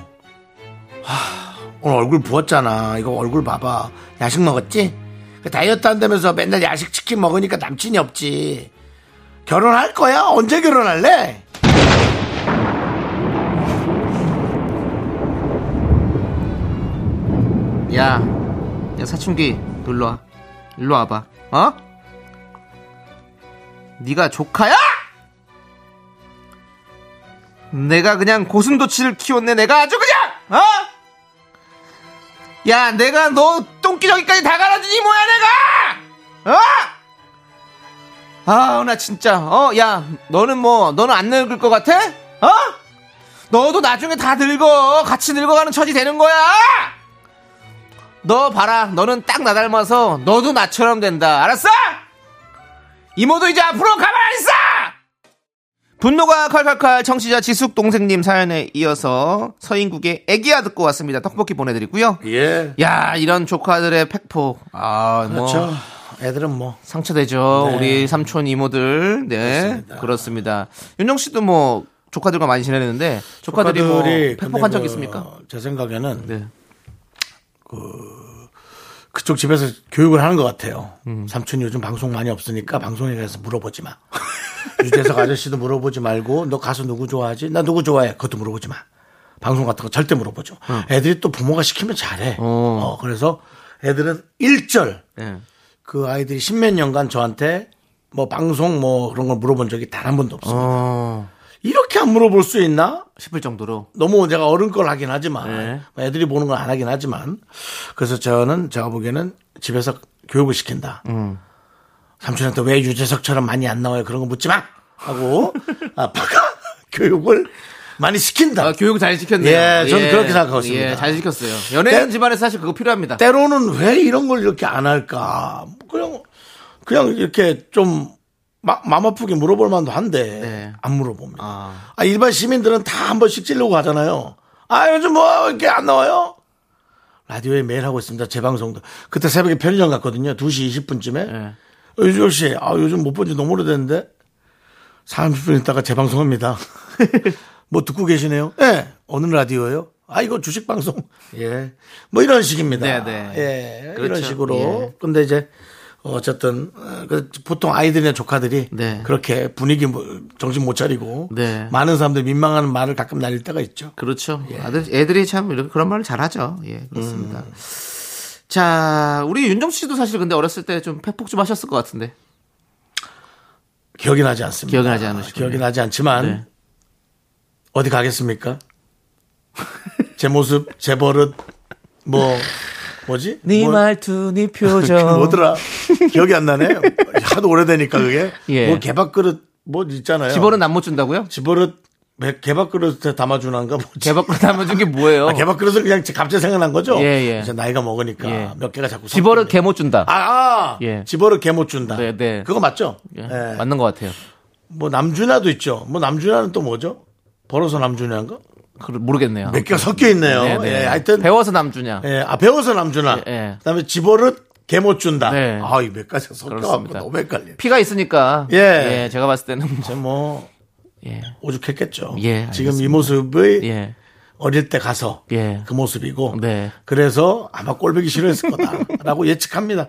S1: 하, 오늘 얼굴 부었잖아. 이거 얼굴 봐봐. 야식 먹었지? 그 다이어트 한다면서 맨날 야식 치킨 먹으니까 남친이 없지. 결혼할 거야? 언제 결혼할래?
S2: 야, 야 사춘기 일로 와. 일로 와봐. 어? 네가 조카야? 내가 그냥 고슴도치를 키웠네. 내가 아주 그냥. 어? 야, 내가 너 똥기저귀까지 다 갈아주니 뭐야 내가? 어? 아, 나 진짜. 어, 야, 너는 뭐, 너는 안 늙을 것 같아? 어? 너도 나중에 다 늙어. 같이 늙어가는 처지 되는 거야. 너 봐라. 너는 딱 나 닮아서 너도 나처럼 된다. 알았어? 이모도 이제 앞으로 가만히 있어! 분노가 칼칼칼 청취자 지숙 동생님 사연에 이어서 서인국의 애기야 듣고 왔습니다. 떡볶이 보내드리고요.
S1: 예.
S2: 야, 이런 조카들의 팩폭. 아, 뭐.
S1: 그렇죠. 애들은 뭐.
S2: 상처되죠.
S1: 네.
S2: 우리 삼촌 이모들. 네.
S1: 그렇습니다.
S2: 그렇습니다. 윤정 씨도 뭐 조카들과 많이 지내는데 조카들이,
S1: 조카들이
S2: 뭐 팩폭한 적
S1: 근데 그,
S2: 있습니까?
S1: 제 생각에는
S2: 네.
S1: 그쪽 집에서 교육을 하는 것 같아요.
S2: 음.
S1: 삼촌이 요즘 방송 많이 없으니까 방송에 대해서 물어보지 마. 유재석 아저씨도 물어보지 말고 너 가수 누구 좋아하지? 나 누구 좋아해? 그것도 물어보지 마. 방송 같은 거 절대 물어보죠. 애들이 또 부모가 시키면 잘해. 어, 그래서 애들은 일절
S2: 네.
S1: 그 아이들이 십몇 년간 저한테 뭐 방송 뭐 그런 걸 물어본 적이 단 한 번도 없어요.
S2: 어,
S1: 이렇게 안 물어볼 수 있나?
S2: 싶을 정도로.
S1: 너무 제가 어른 걸 하긴 하지만 뭐
S2: 네.
S1: 애들이 보는 걸 안 하긴 하지만 그래서 저는 제가 보기에는 집에서 교육을 시킨다.
S2: 음.
S1: 삼촌한테 왜 유재석처럼 많이 안 나와요? 그런 거 묻지 마 하고 아빠가 교육을 많이 시킨다.
S2: 아, 교육 잘 시켰네요.
S1: 예, 저는 그렇게 생각하고 있습니다.
S2: 예, 잘 시켰어요. 연예인
S1: 때-
S2: 집안에서 사실 그거 필요합니다.
S1: 때로는 왜 이런 걸 이렇게 안 할까? 그냥 그냥 이렇게 좀 마, 음 아프게 물어볼 만도 한데
S2: 네.
S1: 안 물어봅니다.
S2: 아.
S1: 아. 일반 시민들은 다 한 번씩 찔려고 하잖아요. 아 요즘 뭐 이렇게 안 나와요? 라디오에 매일 하고 있습니다. 재방송도 그때 새벽에 편의점 갔거든요. 2시 20분쯤에
S2: 네.
S1: 유조 씨, 아 요즘 못 본 지 너무 오래됐는데 30분 있다가 재방송합니다. 뭐 듣고 계시네요? 예. 어느 라디오요? 아 이거 주식 방송. 예. 뭐 이런 식입니다.
S2: 네, 네.
S1: 예.
S2: 그렇죠.
S1: 이런 식으로.
S2: 예.
S1: 근데 이제 어쨌든 어, 그 보통 아이들이나 조카들이
S2: 네.
S1: 그렇게 분위기 뭐- 정신 못 차리고
S2: 네.
S1: 많은 사람들 민망하는 말을 가끔 날릴 때가 있죠.
S2: 그렇죠.
S1: 예.
S2: 아들, 애들이 참 이렇게 그런 말을 잘하죠. 예, 그렇습니다.
S1: 음.
S2: 자, 우리 윤정 씨도 사실 근데 어렸을 때 좀 팩폭 좀 하셨을 것 같은데.
S1: 기억이 나지 않습니다.
S2: 기억이 나지 않으시군요.
S1: 기억이 나지 않지만
S2: 네.
S1: 어디 가겠습니까? 제 모습, 제 버릇, 뭐 뭐지?
S2: 네
S1: 뭐-
S2: 말투, 네
S1: 그게
S2: 표정.
S1: 뭐더라? 기억이 안 나네. 하도 오래되니까 그게.
S2: 예.
S1: 뭐 개밥그릇 뭐 있잖아요.
S2: 집어는 안 못 준다고요?
S1: 집어릇 매- 개밥그릇에 담아주는가 뭐지.
S2: 개밥그릇 담아준 게 뭐예요?
S1: 아, 개밥그릇은 그냥 지- 갑자기 생각난 거죠.
S2: 예, 예.
S1: 이제 나이가 먹으니까
S2: 예.
S1: 몇 개가 자꾸.
S2: 집어를
S1: 섞이네.
S2: 개 못 준다.
S1: 아, 아!
S2: 예.
S1: 집어릇 개 못 준다.
S2: 네, 네.
S1: 그거 맞죠?
S2: 예,
S1: 예.
S2: 맞는 것 같아요.
S1: 뭐 남준아도 있죠. 뭐 남준아는 또 뭐죠? 벌어서 남준아인가?
S2: 그 모르겠네요.
S1: 몇 개가 섞여 있네요.
S2: 네, 네.
S1: 예, 하여튼
S2: 배워서 남주냐?
S1: 예, 아, 배워서 남준아.
S2: 예, 예.
S1: 그다음에 집어릇 개 못 준다.
S2: 네.
S1: 아, 이 몇 가지 섞여갖고
S2: 그렇습니다.
S1: 너무 헷갈려.
S2: 피가 있으니까.
S1: 예.
S2: 제가 봤을 때는 뭐,
S1: 이제 뭐
S2: 예.
S1: 오죽했겠죠.
S2: 예,
S1: 지금 이
S2: 알겠습니다.
S1: 모습의
S2: 예.
S1: 어릴 때 가서
S2: 예.
S1: 그 모습이고
S2: 네.
S1: 그래서 아마 꼴보기 싫어했을 거다라고 예측합니다.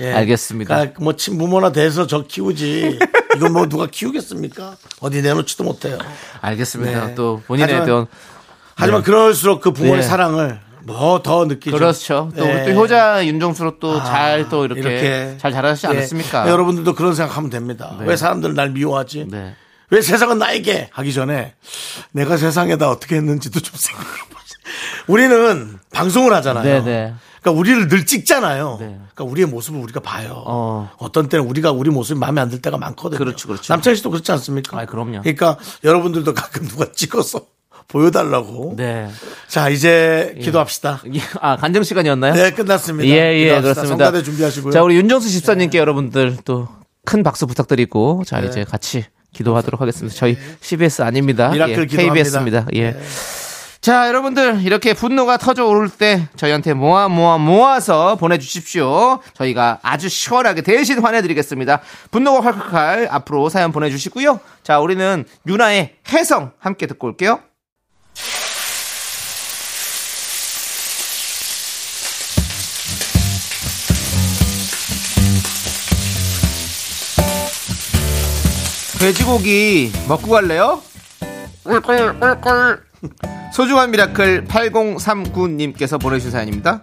S1: 예.
S2: 알겠습니다.
S1: 그러니까 뭐 친부모나 돼서 저 키우지 이건 뭐 누가 키우겠습니까? 어디 내놓지도 못해요.
S2: 알겠습니다.
S1: 네.
S2: 또 본인의
S1: 하지만-
S2: 어떤
S1: 하지만 그럴수록 그 부모의
S2: 네.
S1: 사랑을 뭐 더 느끼죠.
S2: 그렇죠. 또,
S1: 예.
S2: 우리 또 효자 윤정수로 또
S1: 아,
S2: 잘 또 이렇게, 잘 자라시지
S1: 예.
S2: 않았습니까?
S1: 네, 여러분들도 그런 생각하면 됩니다.
S2: 네.
S1: 왜 사람들은 날 미워하지?
S2: 네.
S1: 왜 세상은 나에게 하기 전에 내가 세상에다 어떻게 했는지도 좀 생각해보세요. 우리는 방송을 하잖아요.
S2: 네, 네.
S1: 그러니까 우리를 늘 찍잖아요.
S2: 네.
S1: 그러니까 우리의 모습을 우리가 봐요.
S2: 어.
S1: 어. 떤 때는 우리가 우리 모습이 마음에 안 들 때가 많거든요.
S2: 그렇죠, 그렇죠.
S1: 남창희 씨도 그렇지 않습니까?
S2: 아이, 그럼요.
S1: 그러니까 여러분들도 가끔 누가 찍어서 보여달라고.
S2: 네.
S1: 자, 이제 기도합시다.
S2: 예, 아, 간정 시간이었나요?
S1: 네, 끝났습니다.
S2: 예, 예,
S1: 기도합시다.
S2: 그렇습니다.
S1: 성가대 준비하시고요. 네.
S2: 자, 우리 윤정수 집사님께 여러분들 또 큰 박수 부탁드리고, 자, 이제 같이 기도하도록 하겠습니다. 저희 CBS 아닙니다.
S1: 네. 미라클
S2: 예,
S1: 기도합니다. 네.
S2: KBS입니다. 예. 자, 여러분들, 이렇게 분노가 터져 오를 때 저희한테 모아 모아 모아서 보내주십시오. 저희가 아주 시원하게 대신 환해드리겠습니다. 분노가 활칼칼 앞으로 사연 보내주시고요. 자, 우리는 유나의 해성 함께 듣고 올게요. 돼지고기 먹고 갈래요? 소중한 미라클 8039님께서 보내주신 사연입니다.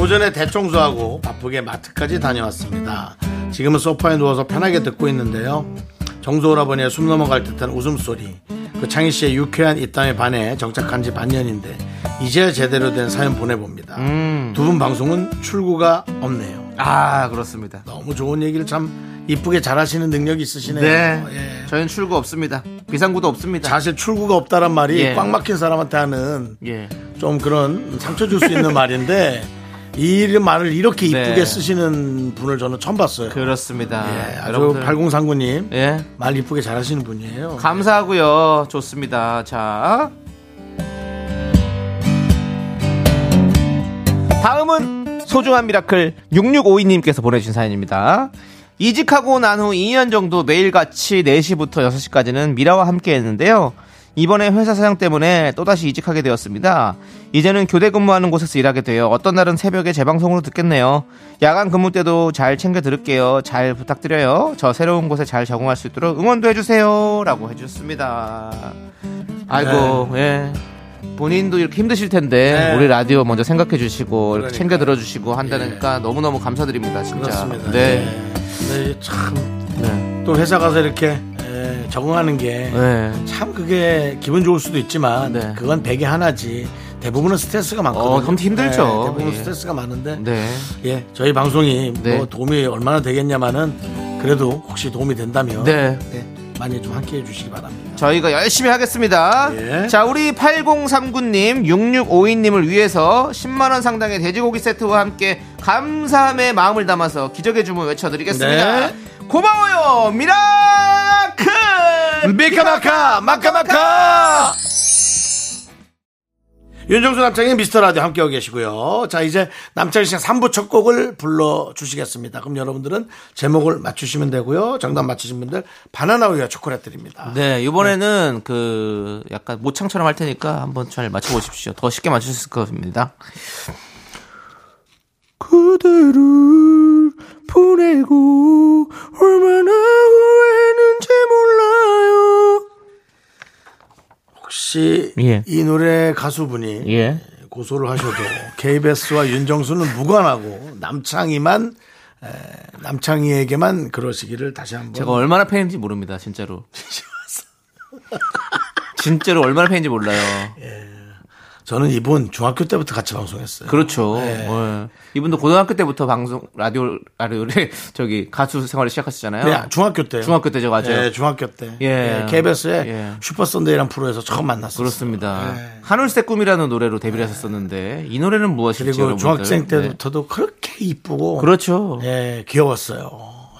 S1: 오전에 대청소하고 바쁘게 마트까지 다녀왔습니다. 지금은 소파에 누워서 편하게 듣고 있는데요. 정소오라버니의 숨 넘어갈 듯한 웃음소리. 그 창희 씨의 유쾌한 입담에 반해 정착한 지 반년인데 이제야 제대로 된 사연 보내봅니다.
S2: 음.
S1: 두 분 방송은 출구가 없네요.
S2: 아 그렇습니다.
S1: 너무 좋은 얘기를 참 이쁘게 잘하시는 능력이 있으시네요.
S2: 네,
S1: 예.
S2: 저희는 출구 없습니다. 비상구도 없습니다.
S1: 사실 출구가 없다란 말이
S2: 예.
S1: 꽉 막힌 사람한테 하는
S2: 예,
S1: 좀 그런 상처 줄 수 있는 말인데 이 말을 이렇게 이쁘게
S2: 네.
S1: 쓰시는 분을 저는 처음 봤어요.
S2: 그렇습니다.
S1: 예, 아주
S2: 여러분들,
S1: 8039님
S2: 예,
S1: 말 이쁘게 잘하시는 분이에요.
S2: 감사하고요. 좋습니다. 자. 다음은 소중한 미라클 6652님께서 보내주신 사연입니다. 이직하고 난 후 2년 정도 매일같이 4시부터 6시까지는 미라와 함께 했는데요. 이번에 회사 사정 때문에 또다시 이직하게 되었습니다. 이제는 교대 근무하는 곳에서 일하게 돼요. 어떤 날은 새벽에 재방송으로 듣겠네요. 야간 근무 때도 잘 챙겨 들을게요. 잘 부탁드려요. 저 새로운 곳에 잘 적응할 수 있도록 응원도 해주세요. 라고 해주셨습니다. 아이고, 예. 본인도 이렇게 힘드실 텐데,
S1: 네.
S2: 우리 라디오 먼저 생각해 주시고,
S1: 그러니까요.
S2: 이렇게
S1: 예.
S2: 챙겨 들어주시고 한다니까 너무너무 감사드립니다, 진짜.
S1: 그렇습니다.
S2: 네.
S1: 예. 네, 참또
S2: 네.
S1: 회사 가서 이렇게 예, 적응하는 게 참
S2: 네.
S1: 그게 기분 좋을 수도 있지만
S2: 네.
S1: 그건 백의 하나지. 대부분은 스트레스가 많거든요.
S2: 어, 그럼 힘들죠.
S1: 예, 대부분
S2: 예.
S1: 스트레스가 많은데
S2: 네.
S1: 예, 저희 방송이
S2: 네.
S1: 뭐 도움이 얼마나 되겠냐마는 그래도 혹시 도움이 된다면
S2: 네.
S1: 네, 많이 좀 함께해 주시기 바랍니다.
S2: 저희가 열심히 하겠습니다.
S1: 예.
S2: 자, 우리 8039님, 6652님을 위해서 10만원 상당의 돼지고기 세트와 함께 감사함의 마음을 담아서 기적의 주문 외쳐드리겠습니다.
S1: 네.
S2: 고마워요, 미라클!
S1: 미카마카 마카마카 윤정수 남창의 미스터 라디오 함께하고 계시고요. 자 이제 남창희 씨가 3부 첫 곡을 불러주시겠습니다. 그럼 여러분들은 제목을 맞추시면 되고요. 정답 맞추신 분들 바나나 우유와 초콜릿 드립니다.
S2: 네, 이번에는 그 약간 모창처럼 할 테니까 한번 잘 맞춰보십시오. 더 쉽게 맞출 수 있을 겁니다. 그대를 보내고 얼마나 후회했는지 몰라요.
S1: 혹시
S2: 예.
S1: 이 노래 가수분이
S2: 예.
S1: 고소를 하셔도 KBS와 윤정수는 무관하고 남창희만 에, 남창희에게만 그러시기를 다시 한번
S2: 제가 얼마나 팬인지 모릅니다, 진짜로. 진짜로 얼마나 팬인지 몰라요.
S1: 저는 이분 중학교 때부터 같이 방송했어요.
S2: 그렇죠. 예. 이분도 고등학교 때부터 방송 라디오 라디오를 저기 가수 생활을 시작하셨잖아요.
S1: 네, 중학교 때.
S2: 어. 중학교 때죠, 맞아요.
S1: 예, 중학교 때.
S2: 예.
S1: 예. KBS의
S2: 예.
S1: 슈퍼선데이란 프로에서 처음 만났어요.
S2: 그렇습니다.
S1: 예.
S2: 하늘색 꿈이라는 노래로 데뷔를 하셨었는데 이 노래는 무엇일지
S1: 그리고
S2: 여러분들.
S1: 중학생
S2: 네.
S1: 때부터도 그렇게 이쁘고.
S2: 그렇죠.
S1: 예, 귀여웠어요.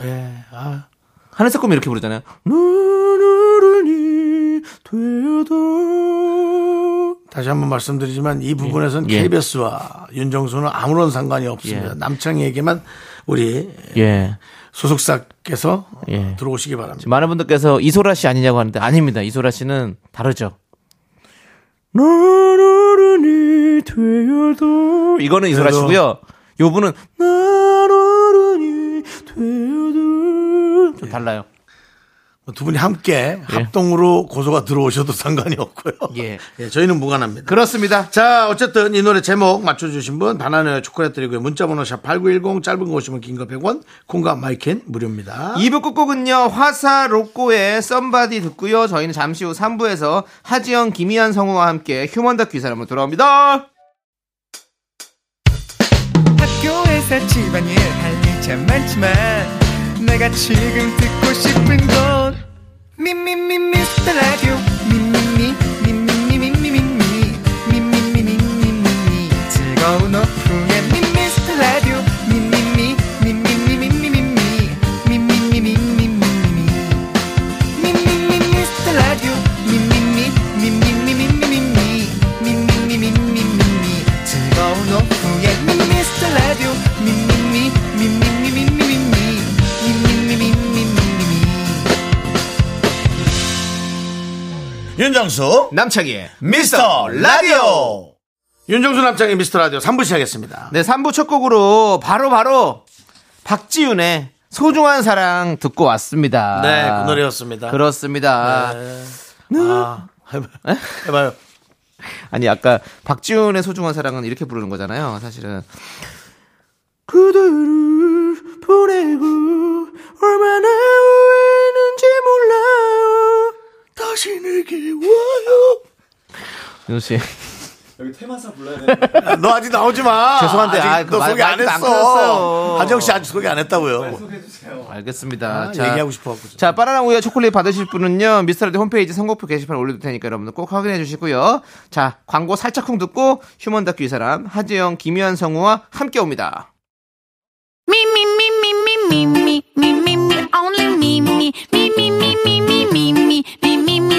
S1: 예. 아,
S2: 하늘색 꿈 이렇게 부르잖아요. 눈어른이 되어도
S1: 다시 한번 말씀드리지만 이 부분에선
S2: 예.
S1: KBS와 윤정수는 아무런 상관이 없습니다.
S2: 예.
S1: 남창희에게만 우리
S2: 예.
S1: 소속사께서
S2: 예.
S1: 어, 들어오시기 바랍니다.
S2: 많은 분들께서 이소라 씨 아니냐고 하는데 아닙니다. 이소라 씨는 다르죠. 눈어른이 되어도 이거는 이소라
S1: 그래도-
S2: 씨고요. 요 분은 눈어른이 되어도 좀 달라요.
S1: 두 분이 함께 합동으로 고소가 들어오셔도 상관이 없고요.
S2: 예.
S1: 예, 저희는 무관합니다.
S2: 그렇습니다.
S1: 자, 어쨌든 이 노래 제목 맞춰주신 분, 바나나 초콜릿 드리고요. 문자번호 샵8910, 짧은 거 오시면 긴 거 100원, 콩과 마이켄 무료입니다.
S2: 2부 끝곡은요 화사 로꼬의 썸바디 듣고요 저희는 잠시 후 3부에서 하지영 김희한 성우와 함께 휴먼 다큐 이 사람으로 돌아옵니다
S4: 학교에서 집안일 할 일 참 많지만 내가 지금 듣고 싶은 건 미미미 미스터 라디오 미미미 미미미 미미미 미미미 미미미 즐거운 오후에 미스터 라디오 미미미 미미미 미미미 미미미 미미미
S1: 윤정수,
S2: 남창희의
S1: 미스터 라디오! 윤정수 남창의 미스터 라디오 3부 시작했습니다.
S2: 네 3부 첫 곡으로 바로바로 박지윤의 소중한 사랑 듣고 왔습니다
S1: 네, 그 노래였습니다. 네.
S2: 그렇습니다
S1: 아, 해봐요. 해봐요.
S2: 아니 아까 박지훈의 소중한 사랑은 이렇게 부르는 거잖아요. 사실은 그대를 보내고 얼마나 후회했는지 몰라요 다시 내게 와요 윤호 씨
S5: 여기 테마사 불러야 되는
S1: 아, 너 아직 나오지 마.
S2: 죄송한데, 아,
S1: 아직
S2: 그
S1: 너
S2: 말-
S1: 소개 안
S2: 마이크도 안
S1: 했어.
S2: 끊었어요.
S1: 한정 씨 아직 소개 안 했다고요.
S5: 소개해주세요.
S2: 알겠습니다
S1: 아, 얘기하고 싶어.
S2: 자, 바나나 우유와 초콜릿 받으실 분은요, 미스터라디 홈페이지 선곡표 게시판 올려둘 테니까 여러분들 꼭 확인해 주시고요. 자, 광고 살짝 쿵 듣고, 휴먼 다큐 이 사람, 하지영, 김희연 성우와 함께 옵니다.
S3: Me, me, me, me, me, me, me, me, me, me, only me, me, me, me, me, me, me, me, me, me, me, me,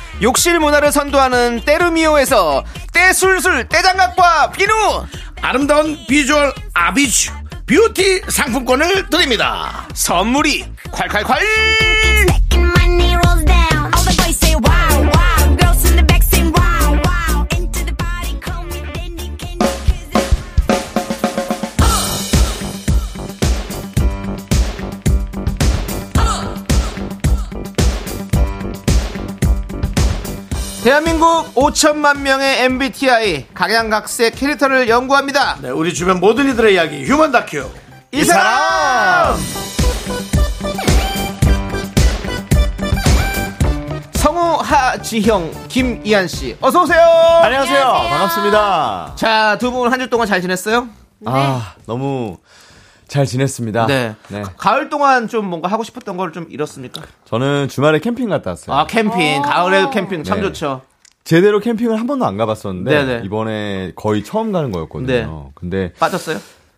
S2: 욕실 문화를 선도하는 때르미오에서 때술술 때장갑과 비누,
S1: 아름다운 비주얼 아비쥬 뷰티 상품권을 드립니다.
S2: 선물이 콸콸콸!
S3: Second money rolls down. All the boys say wow, wow. Girls in the back say wow, wow. Into the body, call me dandy candy 'cause it's
S2: 대한민국 5천만 명의 MBTI 각양각색 캐릭터를 연구합니다.
S1: 네, 우리 주변 모든 이들의 이야기 휴먼 다큐.
S2: 이 사람! 성우 하지형 김이한 씨 어서 오세요.
S5: 안녕하세요.
S2: 어,
S5: 반갑습니다.
S2: 자, 두 분 한 주 동안 잘 지냈어요?
S6: 네.
S5: 아, 너무 잘 지냈습니다.
S2: 네. 가- 가을 동안 좀 뭔가 하고 싶었던 걸 좀
S5: 네.
S2: 잃었습니까?
S5: 저는 주말에 캠핑 갔다 왔어요.
S2: 아, 캠핑. 가을에 캠핑 참
S5: 네.
S2: 좋죠.
S5: 제대로 캠핑을 한 번도 안 가봤었는데
S2: 네네.
S5: 이번에 거의 처음 가는 거였거든요.
S2: 네.
S5: 근데
S2: 빠졌어요?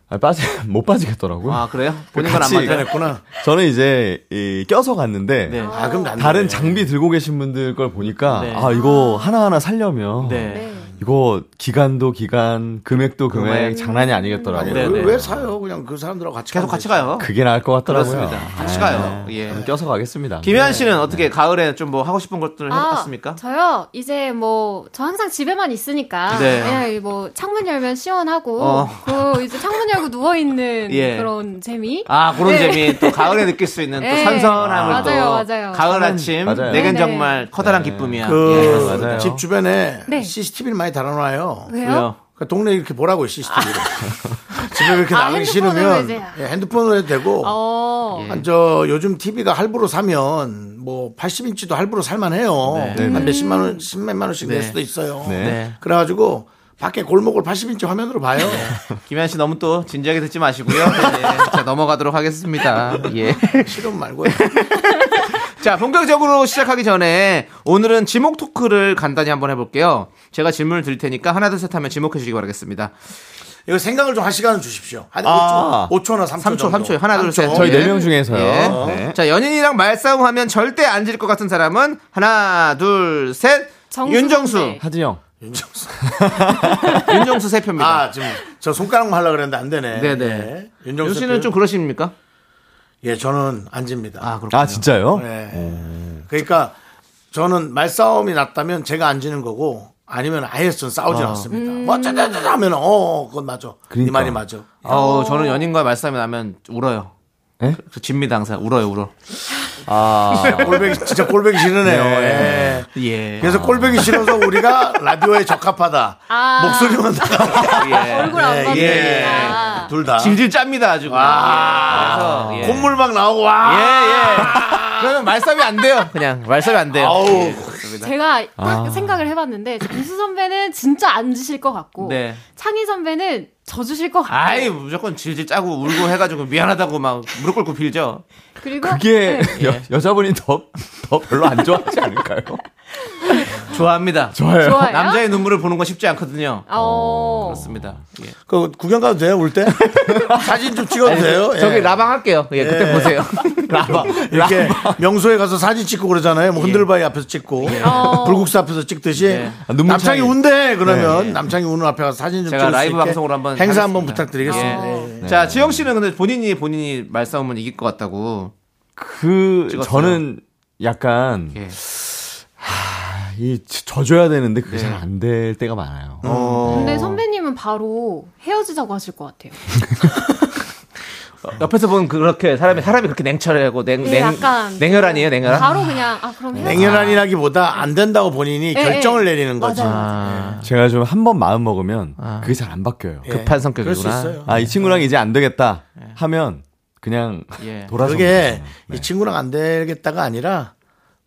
S5: 아, 빠지 못 빠지겠더라고요.
S2: 아, 그래요? 본인 건 안
S5: 같이
S2: 맞아요.
S1: 했구나.
S5: 저는 이제 이, 껴서 갔는데
S2: 네.
S1: 아, 그럼 안
S5: 다른
S1: 돼.
S5: 장비 들고 계신 분들 걸 보니까
S2: 네.
S5: 아 이거 하나 하나 살려면
S2: 네.
S5: 이거 기간도 기간, 금액도 금액,
S2: 금액.
S5: 장난이
S1: 아니,
S5: 아니겠더라고요.
S2: 네,
S1: 왜,
S2: 네.
S1: 왜 사요? 그냥 그 사람들하고 같이
S2: 계속
S1: 가면
S2: 같이
S1: 되지.
S2: 가요.
S5: 그게 나을 것 같더라고요.
S2: 그렇습니다. 같이 가요. 예.
S5: 네. 껴서 가겠습니다.
S2: 김현 씨는 어떻게 가을에 좀 뭐 하고 싶은 것들을 해봤습니까?
S6: 아, 저요? 이제 뭐, 저 항상 집에만 있으니까.
S2: 네.
S6: 예, 뭐, 창문 열면 시원하고,
S2: 어.
S6: 그, 이제 창문 열고 누워있는
S2: 예.
S6: 그런 재미?
S2: 아 그런
S6: 네.
S2: 재미 또 가을에 느낄 수 있는 또
S6: 네.
S2: 선선함을
S6: 맞아요,
S2: 또
S6: 맞아요.
S2: 가을 아침
S5: 맞아요.
S2: 내겐
S6: 네네.
S2: 정말 커다란 기쁨이야.
S1: 그
S5: 예, 맞아요.
S1: 집 주변에
S6: 네.
S1: CCTV를 많이 달아놔요.
S2: 예.
S6: 왜요?
S2: 왜요?
S1: 그러니까 동네 이렇게 보라고 CCTV를. 집에 이렇게
S6: 아,
S1: 나가기
S6: 핸드폰으로
S1: 싫으면
S6: 이제.
S1: 예, 핸드폰으로 해도 되고
S6: 어.
S2: 예.
S1: 아, 저 요즘 TV가 할부로 사면 뭐 80인치도 할부로 살만해요. 한 몇십만 원, 십몇만 원씩 낼
S2: 네.
S1: 수도 있어요.
S5: 네.
S2: 네.
S1: 그래가지고 밖에 골목을 80인치 화면으로 봐요.
S2: 김현 씨 너무 또 진지하게 듣지 마시고요. 예. 자 넘어가도록 하겠습니다. 예.
S1: 싫으면 말고요.
S2: 자 본격적으로 시작하기 전에 오늘은 지목 토크를 간단히 한번 해볼게요. 제가 질문을 드릴 테니까 하나 둘셋 하면 지목해 주시기 바라겠습니다.
S1: 이거 생각을 좀 할 시간을 주십시오. 한
S5: 아.
S1: 5초, 5초나 3초.
S2: 3초,
S1: 정도.
S2: 3초. 하나,
S1: 삼 초.
S2: 둘, 셋.
S5: 저희
S2: 예.
S5: 네 명 중에서요.
S2: 예.
S5: 네.
S2: 자, 연인이랑 말싸움하면 절대 안 질 것 같은 사람은 하나, 둘, 셋.
S6: 정수
S2: 윤정수.
S6: 선배.
S5: 하지영.
S1: 윤정수.
S2: 윤정수 세 표입니다.
S1: 아, 지금 저 손가락만 하려고 그랬는데 안 되네.
S2: 네네.
S1: 네.
S2: 윤
S1: 윤정수
S2: 씨는
S1: 대표.
S2: 좀 그러십니까?
S1: 예, 저는 앉습니다.
S2: 아, 그렇군요.
S5: 아 진짜요?
S1: 네. 그러니까 저는 말싸움이 났다면 제가 앉는 거고 아니면 아예 전 싸우진 않습니다.
S2: 음.
S1: 뭐 짜자자자 하면 어, 그건 맞아. 이
S5: 그러니까.
S1: 말이 맞아.
S2: 어, 저는 연인과 말싸움이 나면 울어요.
S5: 예?
S2: 그 집니다 항상 울어요, 울어.
S5: 아
S1: 꼴배기 진짜 꼴배기 싫으네요.
S5: 네.
S1: 예.
S2: 예.
S1: 그래서 꼴배기 싫어서 우리가 라디오에 적합하다.
S6: 아.
S1: 목소리만 나와.
S6: 얼굴
S2: 예,
S6: 안 봐도 되니까.
S1: 둘 다.
S2: 질질 짭니다, 아주. 그냥.
S1: 와.
S2: 예. 그래서, 예.
S1: 콧물 막 나오고 와.
S2: 예, 예. 그러면 말싸움이 안 돼요. 그냥 말싸움이 안 돼요.
S1: 아우.
S2: 예, 그렇습니다.
S6: 제가 딱 생각을 해봤는데, 유수 선배는 진짜 안 주실 것 같고,
S2: 네.
S6: 창희 선배는 져 주실 것 같고,
S2: 아이, 무조건 질질 짜고 울고 해가지고 미안하다고 막 무릎 꿇고 빌죠.
S6: 그리고
S5: 그게
S6: 네.
S5: 여, 여자분이 더, 더 별로 안 좋아하지 않을까요?
S2: 좋아합니다.
S5: 좋아요.
S6: 좋아요.
S2: 남자의 눈물을 보는 건 쉽지 않거든요.
S6: 어.
S2: 그렇습니다. 예.
S1: 그 구경 가도 돼요 울 때? 사진 좀 찍어도 돼요? 예.
S2: 저기 라방 할게요. 예, 그때 보세요. 라방.
S1: 이렇게 명소에 가서 사진 찍고 그러잖아요.
S2: 예.
S1: 뭐 흔들바위 앞에서 찍고
S6: 어.
S1: 불국사 앞에서 찍듯이
S5: 아, 눈물
S1: 남창이
S5: 차이.
S1: 운대 그러면 남창이 우는 앞에 가서 사진 좀
S2: 네. 제가
S1: 찍을 수
S2: 라이브
S1: 있게
S2: 방송으로 한번
S1: 행사 한번
S2: 하겠습니다.
S1: 부탁드리겠습니다.
S2: 예.
S1: 예.
S2: 자, 지영 씨는 근데 본인이 본인이 말싸움은 이길 것 같다고.
S5: 그
S2: 찍었어요.
S5: 저는 약간
S2: 예.
S5: 이 져줘야 되는데 그게
S2: 네. 어.
S5: 잘 안 될 때가 많아요.
S6: 근데 선배님은 바로 헤어지자고 하실 것 같아요.
S2: 옆에서 보면 그렇게 사람이 사람이 그렇게 냉철하고 냉,
S6: 예,
S2: 냉
S6: 약간
S2: 냉혈 아니에요, 냉혈?
S6: 바로 그냥 아 그럼 헤어져.
S1: 냉혈한이라기보다 안 된다고 본인이 결정을 내리는 거지.
S6: 예, 맞아요.
S5: 제가 좀 한 번 마음 먹으면
S2: 아.
S5: 그게 잘 안 바뀌어요.
S2: 급한
S1: 예. 그럴 수
S2: 성격이구나.
S1: 있어요.
S5: 아 이 친구랑 이제 안 되겠다 하면 그냥
S2: 예.
S5: 돌아서
S1: 그게 이 친구랑 안 되겠다가 아니라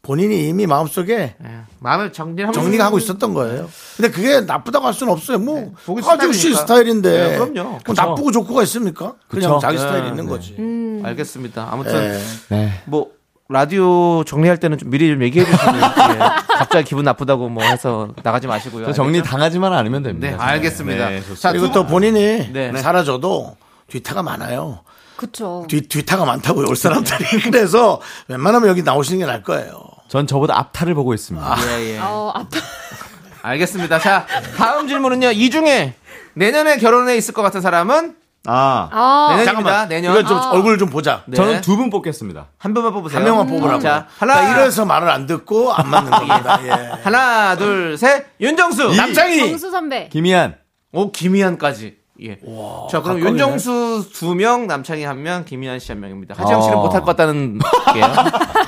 S1: 본인이 이미 마음속에
S2: 예. 마음을 정리하고
S1: 정리가 하고 있었던 거예요. 근데 그게 나쁘다고 할 수는 없어요. 뭐
S2: 네, 보기
S1: 아주 씨
S2: 스타일이니까.
S1: 스타일인데
S2: 네, 그럼요.
S1: 뭐 나쁘고 좋고가 있습니까? 그냥
S5: 그쵸.
S1: 자기
S2: 네,
S1: 스타일이 있는
S2: 네.
S1: 거지.
S6: 음.
S2: 알겠습니다. 아무튼
S1: 예.
S5: 네.
S2: 뭐 라디오 정리할 때는 좀 미리 좀 얘기해 주시면 예. 갑자기 기분 나쁘다고 뭐 해서 나가지 마시고요.
S5: 저 정리 당하지만 않으면 됩니다.
S2: 네,
S5: 저는.
S2: 알겠습니다.
S5: 네,
S2: 자,
S1: 그리고
S2: 두
S1: 또 본인이
S2: 네.
S1: 사라져도 뒤타가 많아요.
S6: 그쵸.
S1: 뒤, 뒤타가 많다고요, 올 사람들이. 그래서 웬만하면 여기 나오시는 게 나을 거예요.
S5: 전 저보다 앞탈을 보고 있습니다.
S2: 분- 예, 예.
S6: 어 앞에
S2: 알겠습니다. 자, 다음 질문은요. 이 중에 내년에 결혼에 있을 것 같은 사람은
S5: 아,
S6: 아
S2: 내년입니다.
S1: 잠깐만.
S2: 내년.
S1: 이거 좀 얼굴 좀 보자.
S2: 네.
S5: 저는 두 분 뽑겠습니다.
S2: 한 분만 뽑으세요.
S1: 한 명만 뽑으라고.
S2: 네. 자,
S1: 나
S2: 하나, 아,
S1: 이래서 말을 안 듣고 안 맞는 겁니다. 예.
S2: 하나, 둘, 셋. 윤정수, 남창희.
S6: 정수 선배.
S5: 김희한
S2: 오, 김희한까지. 예. 자, 그럼
S1: 가깝네.
S2: 윤정수 두 명, 남창희 한 명, 김희한 씨 한 명입니다. 하지영 씨는
S5: 어.
S2: 못할 것 같다는 게요.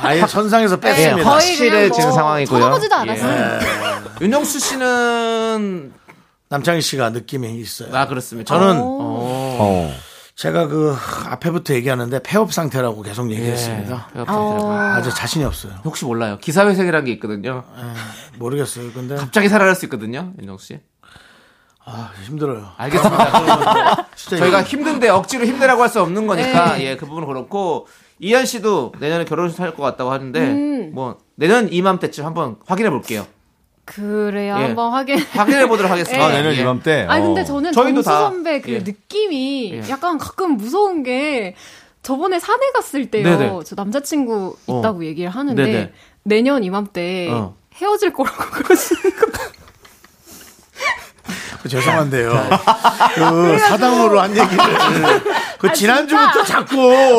S1: 아예 천상에서
S6: 네,
S1: 뺐습니다.
S6: 거의 그냥
S2: 확실해지는
S6: 뭐
S2: 상황이고요.
S6: 쳐다보지도
S2: 예.
S6: 않았어요.
S2: 윤정수 씨는
S1: 남창희 씨가 느낌이 있어요.
S2: 아 그렇습니다.
S1: 저는
S5: 어.
S1: 제가 그 앞에부터 얘기하는데 폐업 상태라고 계속 얘기했습니다.
S2: 예, 부탁드려요.
S1: 아주 자신이 없어요.
S2: 혹시 몰라요. 기사회생이라는 게 있거든요.
S1: 아. 모르겠어요. 근데
S2: 갑자기 살아날 수 있거든요. 윤정수 씨.
S1: 아, 힘들어요.
S2: 알겠습니다.
S1: 뭐
S2: 그러면
S1: 진짜
S2: 저희가
S1: 힘-
S2: 힘든데 억지로 힘내라고 할 수 없는 거니까
S1: 네.
S2: 예 그 부분은 그렇고 이현 씨도 내년에 결혼식 할것 같다고 하는데
S1: 음.
S2: 뭐 내년 이맘때쯤 한번 확인해 볼게요.
S6: 그래요.
S2: 예.
S6: 한번 확인.
S2: 확인해 보도록 하겠습니다.
S1: 네.
S5: 아, 내년
S2: 예.
S5: 이맘때.
S6: 아니 근데
S5: 어.
S6: 저는
S2: 저희도
S6: 정수
S2: 다-
S6: 선배 그
S2: 예.
S6: 느낌이
S2: 예.
S6: 약간 가끔 무서운 게 저번에 산에 갔을 때요.
S2: 네네. 어.
S6: 저 남자친구 있다고 얘기를 하는데
S2: 네네.
S6: 내년 이맘때
S2: 어.
S6: 헤어질 거라고 그러시는 거.
S1: 죄송한데요.
S2: 네.
S1: 그 사당으로 한 얘기를 그
S6: 아,
S1: 지난주부터
S6: 진짜?
S1: 자꾸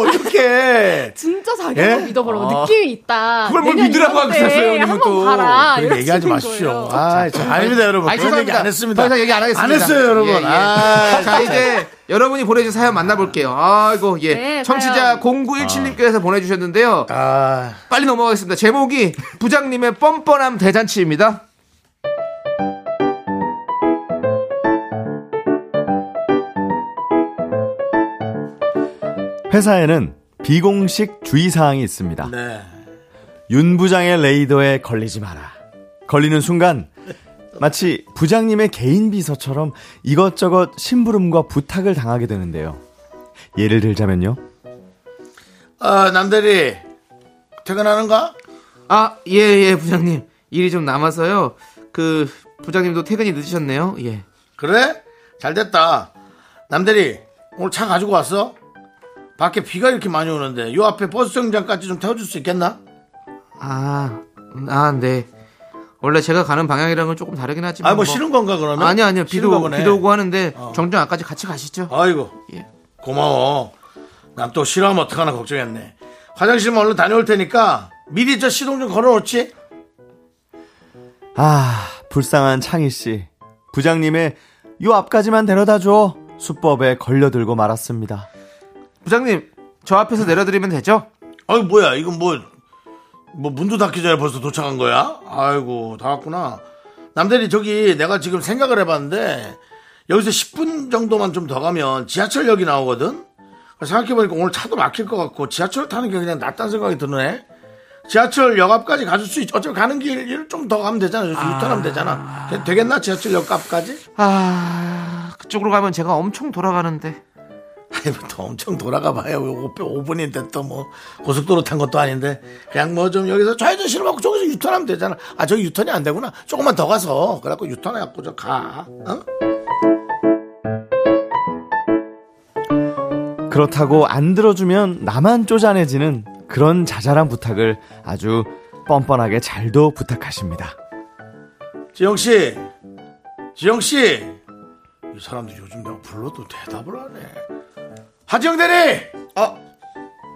S1: 이렇게
S6: 진짜 자기가
S1: 예?
S6: 믿어보라고 느낌이 있다.
S2: 아. 그걸 뭘
S6: 내년
S2: 믿으라고
S6: 이맘때
S2: 하겠어요, 형님은
S6: 한번
S2: 또.
S6: 봐라.
S1: 그런
S6: 이러시는
S1: 얘기하지 마십시오.
S6: 거예요.
S1: 아, 참, 아닙니다, 여러분.
S2: 아니,
S1: 그런 얘기
S2: 죄송합니다.
S1: 안 했습니다.
S2: 더 이상 얘기 안 하겠습니다.
S1: 했어요, 여러분.
S2: 예, 예.
S1: 아,
S2: 자, 이제 여러분이 보내주신 사연 만나볼게요. 아이고, 예.
S6: 네,
S2: 청취자
S6: 사연.
S2: 0917님께서 보내주셨는데요.
S1: 아,
S2: 빨리 넘어가겠습니다. 제목이 부장님의 뻔뻔함 대잔치입니다.
S5: 회사에는 비공식 주의사항이 있습니다.
S1: 네.
S5: 윤 부장의 레이더에 걸리지 마라. 걸리는 순간 마치 부장님의 개인 비서처럼 이것저것 심부름과 부탁을 당하게 되는데요. 예를 들자면요.
S1: 아, 남대리 퇴근하는가?
S2: 아, 예, 예, 부장님. 일이 좀 남아서요. 그, 부장님도 퇴근이 늦으셨네요. 예.
S1: 그래? 잘 됐다. 남대리, 오늘 차 가지고 왔어? 밖에 비가 이렇게 많이 오는데, 요 앞에 버스 정류장까지 좀 태워줄 수 있겠나?
S2: 아, 아, 네. 원래 제가 가는 방향이랑은 조금 다르긴 하지만.
S1: 아, 뭐
S2: 뭐-
S1: 싫은 건가, 그러면?
S2: 아니, 아니요.
S1: 싫은 어.
S2: 비도,
S1: 거구나.
S2: 비도 오고 하는데 정정 아까지 같이 가시죠.
S1: 아이고,
S2: 예.
S1: 고마워. 난 또 싫어하면 어떡하나 걱정했네. 화장실만 얼른 다녀올 테니까, 미리 저 시동 좀 걸어놓지?
S5: 아, 불쌍한 창희 씨. 부장님의 요 앞까지만 데려다 줘. 수법에 걸려들고 말았습니다.
S2: 부장님, 저 앞에서 내려드리면 되죠?
S1: 아이 뭐야 이건 뭐, 뭐 문도 닫기 전에 벌써 도착한 거야? 아이고 다 왔구나 남대리 저기 내가 지금 생각을 해봤는데 여기서 10분 정도만 좀 더 가면 지하철역이 나오거든 생각해보니까 오늘 차도 막힐 것 같고 지하철 타는 게 그냥 낫다는 생각이 드네 지하철역 앞까지 가줄 수 있지 어차피 가는 길을 좀 더 가면 되잖아 유턴하면 되잖아 되- 되겠나 지하철역 앞까지?
S2: 아, 그쪽으로 가면 제가 엄청 돌아가는데.
S1: 아까부터 엄청 돌아가 봐요. 요거 5분인데 또 뭐 고속도로 탄 것도 아닌데 그냥 뭐 좀 여기서 좌회전실로 하고 저기서 유턴하면 되잖아. 아 저기 유턴이 안 되구나. 조금만 더 가서 그래갖고 유턴해갖고 저 가. 어?
S5: 그렇다고 안 들어주면 나만 쪼잔해지는 그런 자잘한 부탁을 아주 뻔뻔하게 잘도 부탁하십니다.
S1: 지영 씨, 지영 씨, 이 사람들이 요즘 내가 불러도 대답을 안 해. 하지영 대리,
S5: 아,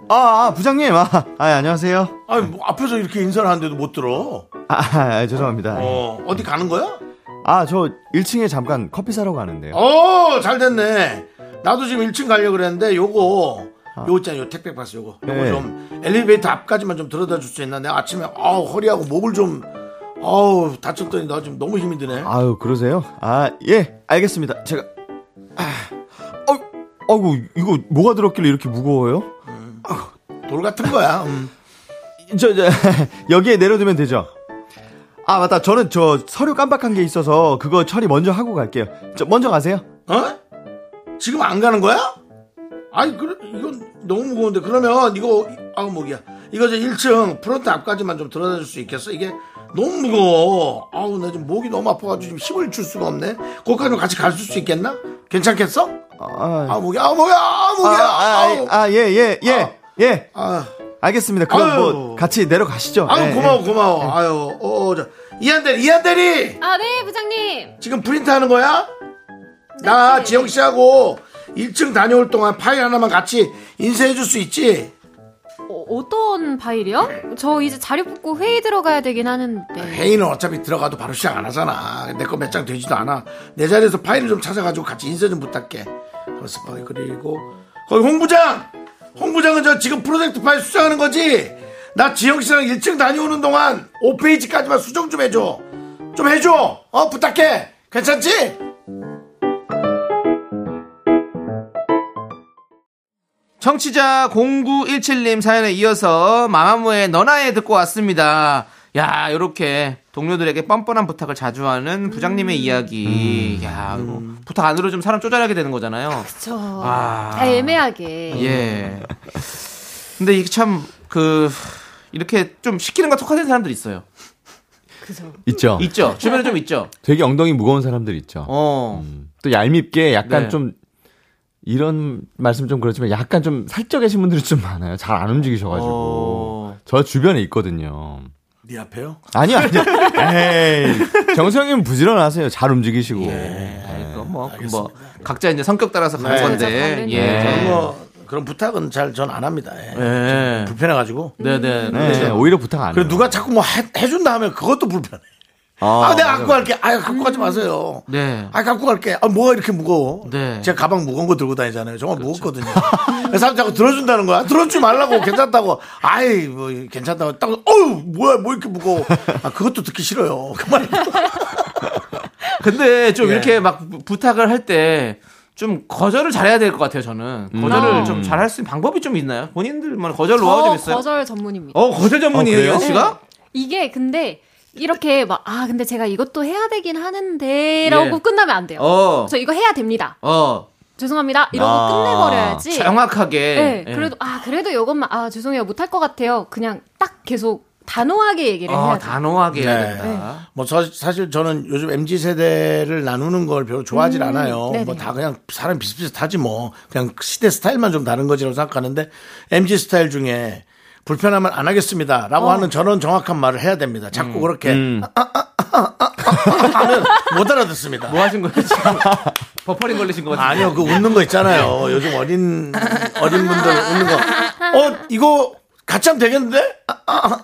S5: 아 부장님, 아, 아 안녕하세요.
S1: 아니 뭐 앞에서 이렇게 인사를 하는데도 못 들어.
S5: 아, 아, 아, 죄송합니다.
S1: 어 어디 가는 거야?
S5: 아, 저 1층에 잠깐 커피 사러 가는데요.
S1: 어, 잘 됐네. 나도 지금 1층 가려고 그랬는데 요거 요거 있잖아. 요 택배 박스 요거. 요거
S5: 네.
S1: 좀 엘리베이터 앞까지만 좀 들여다 줄 수 있나? 내가 아침에 아우 허리하고 목을 좀 아우 다쳤더니 나 지금 너무 힘이 드네.
S5: 아유, 그러세요? 아, 예, 알겠습니다. 제가 아, 어, 아이고, 이거 뭐가 들었길래 이렇게 무거워요?
S1: 돌 같은 거야. 음.
S5: 저, 저 여기에 내려두면 되죠. 아, 맞다. 저는 저 서류 깜빡한 게 있어서 그거 처리 먼저 하고 갈게요. 저 먼저 가세요.
S1: 어? 지금 안 가는 거야? 아니, 그, 이건 너무 무거운데. 그러면 이거, 아우, 목이야. 이거 저 1층 프론트 앞까지만 좀 들어다 줄 수 있겠어? 이게 너무 무거워. 아우, 나 지금 목이 너무 아파가지고 지금 힘을 줄 수가 없네. 거기까지 좀 같이 갈 수 있겠나? 괜찮겠어?
S5: 아,
S1: 아우, 목이야. 아우, 목이야. 아우,
S5: 아,
S1: 목이야.
S5: 아,
S1: 아우.
S5: 아, 예, 예, 예,
S1: 아.
S5: 예.
S1: 아,
S5: 알겠습니다. 그럼
S1: 아유.
S5: 뭐 같이 내려가시죠.
S1: 아유,
S5: 예,
S1: 고마워, 고마워. 아유, 어, 저, 이한대리, 이한대리!
S6: 아, 네, 부장님.
S1: 지금 프린트 하는 거야? 나 지영 씨하고 1층 다녀올 동안 파일 하나만 같이 인쇄해 줄 수 있지?
S6: 어, 떤 파일이요? 저 이제 자료 뽑고 회의 들어가야 되긴 하는데.
S1: 회의는 어차피 들어가도 바로 시작 안 하잖아. 내 거 몇 장 되지도 않아. 내 자리에서 파일을 좀 찾아가지고 같이 인쇄 좀 부탁해. 그래서 파일 그리고 거기 홍부장, 홍부장은 저 지금 프로젝트 파일 수정하는 거지. 나 지영 씨랑 1층 다녀오는 동안 5페이지까지만 수정 좀 해줘. 좀 해줘. 어 부탁해. 괜찮지?
S2: 청취자 0917님 사연에 이어서 마마무의 너나에 듣고 왔습니다. 야, 요렇게 동료들에게 뻔뻔한 부탁을 자주 하는 부장님의 이야기. 야, 이거 부탁 안으로 좀 사람 쪼잔하게 되는 거잖아요.
S6: 저
S2: 아.
S6: 아, 애매하게.
S2: 예. 근데 이게 참, 그, 이렇게 좀 시키는 거 톡하는 사람들 있어요.
S5: 있죠.
S2: 있죠? 주변에 좀 있죠?
S5: 되게 엉덩이 무거운 사람들 있죠.
S2: 어.
S5: 또 얄밉게 약간
S2: 네.
S5: 좀 이런 말씀 좀 그렇지만 약간 좀 살쪄 계신 분들이 좀 많아요. 잘 안 움직이셔가지고
S2: 어.
S5: 저 주변에 있거든요.
S1: 네 앞에요?
S5: 아니요, 아니요. 에이, 정수영님 부지런하세요. 잘 움직이시고. 네,
S2: 이거 뭐, 그 뭐, 각자 이제 성격 따라서 가는
S1: 네.
S2: 건데.
S6: 그렇죠,
S1: 그런
S2: 예.
S1: 거 그런 부탁은 잘 전 안 합니다. 예.
S2: 예.
S1: 불편해가지고.
S2: 네네.
S5: 네, 오히려 부탁 안 해요.
S1: 그리고 누가 자꾸 뭐 해, 해준다 하면 그것도 불편해. 아, 내가 갖고 갈게. 아, 갖고 가지 마세요.
S2: 네.
S1: 아, 갖고 갈게. 아, 뭐가 이렇게 무거워?
S2: 네.
S1: 제가 가방 무거운 거 들고 다니잖아요. 정말 무겁거든요. 그래서 사람 자꾸 들어준다는 거야. 들어주지 말라고. 괜찮다고. 아이, 뭐, 괜찮다고. 딱, 어우, 뭐야, 뭐 이렇게 무거워. 아, 그것도 듣기 싫어요. 그만.
S2: 근데 좀
S1: 예.
S2: 이렇게 막 부- 부탁을 할 때 좀 거절을 잘해야 될 것 같아요. 저는
S1: 음.
S2: 거절을 좀 잘 할 수 있는 방법이 좀 있나요? 본인들만 거절 노하우 좀
S6: 저
S2: 있어요?
S6: 거절 전문입니다.
S2: 어 거절 전문이에요,
S5: 그래요?
S2: 연 씨가?
S6: 네. 이게 근데 이렇게 막, 아, 근데 제가 이것도 해야 되긴 하는데, 라고
S2: 예.
S6: 끝나면 안 돼요.
S2: 어,
S6: 저 이거 해야 됩니다.
S2: 어,
S6: 죄송합니다. 이러고
S5: 아,
S6: 끝내버려야지.
S2: 정확하게.
S6: 네,
S2: 예.
S6: 그래도 아 그래도 이것만 아 죄송해요 못할 것 같아요. 그냥 딱 계속 단호하게 얘기를
S2: 어,
S6: 해야 돼.
S2: 단호하게 해야
S1: 네.
S2: 된다.
S1: 뭐 사, 실 저는 요즘 mz 세대를 나누는 걸 별로 좋아하진 않아요.
S6: 음, 네네.
S1: 뭐 다 그냥 사람 비슷비슷하지 뭐 그냥 시대 스타일만 좀 다른 거지라고 생각하는데 mz 스타일 중에 불편하면 안
S6: 어.
S1: 하겠습니다라고 하는 저런 정확한 말을 해야 됩니다.
S2: 음,
S1: 자꾸 그렇게 아, 하면 못 알아듣습니다.
S2: 뭐 하신 거예요 지금? 버퍼링 걸리신 것 같은데.
S1: 아니요 그 웃는 거 있잖아요.
S2: 네.
S1: 요즘 어린 어린 분들 웃는 거. 어 이거 같이 하면 되겠는데? 아,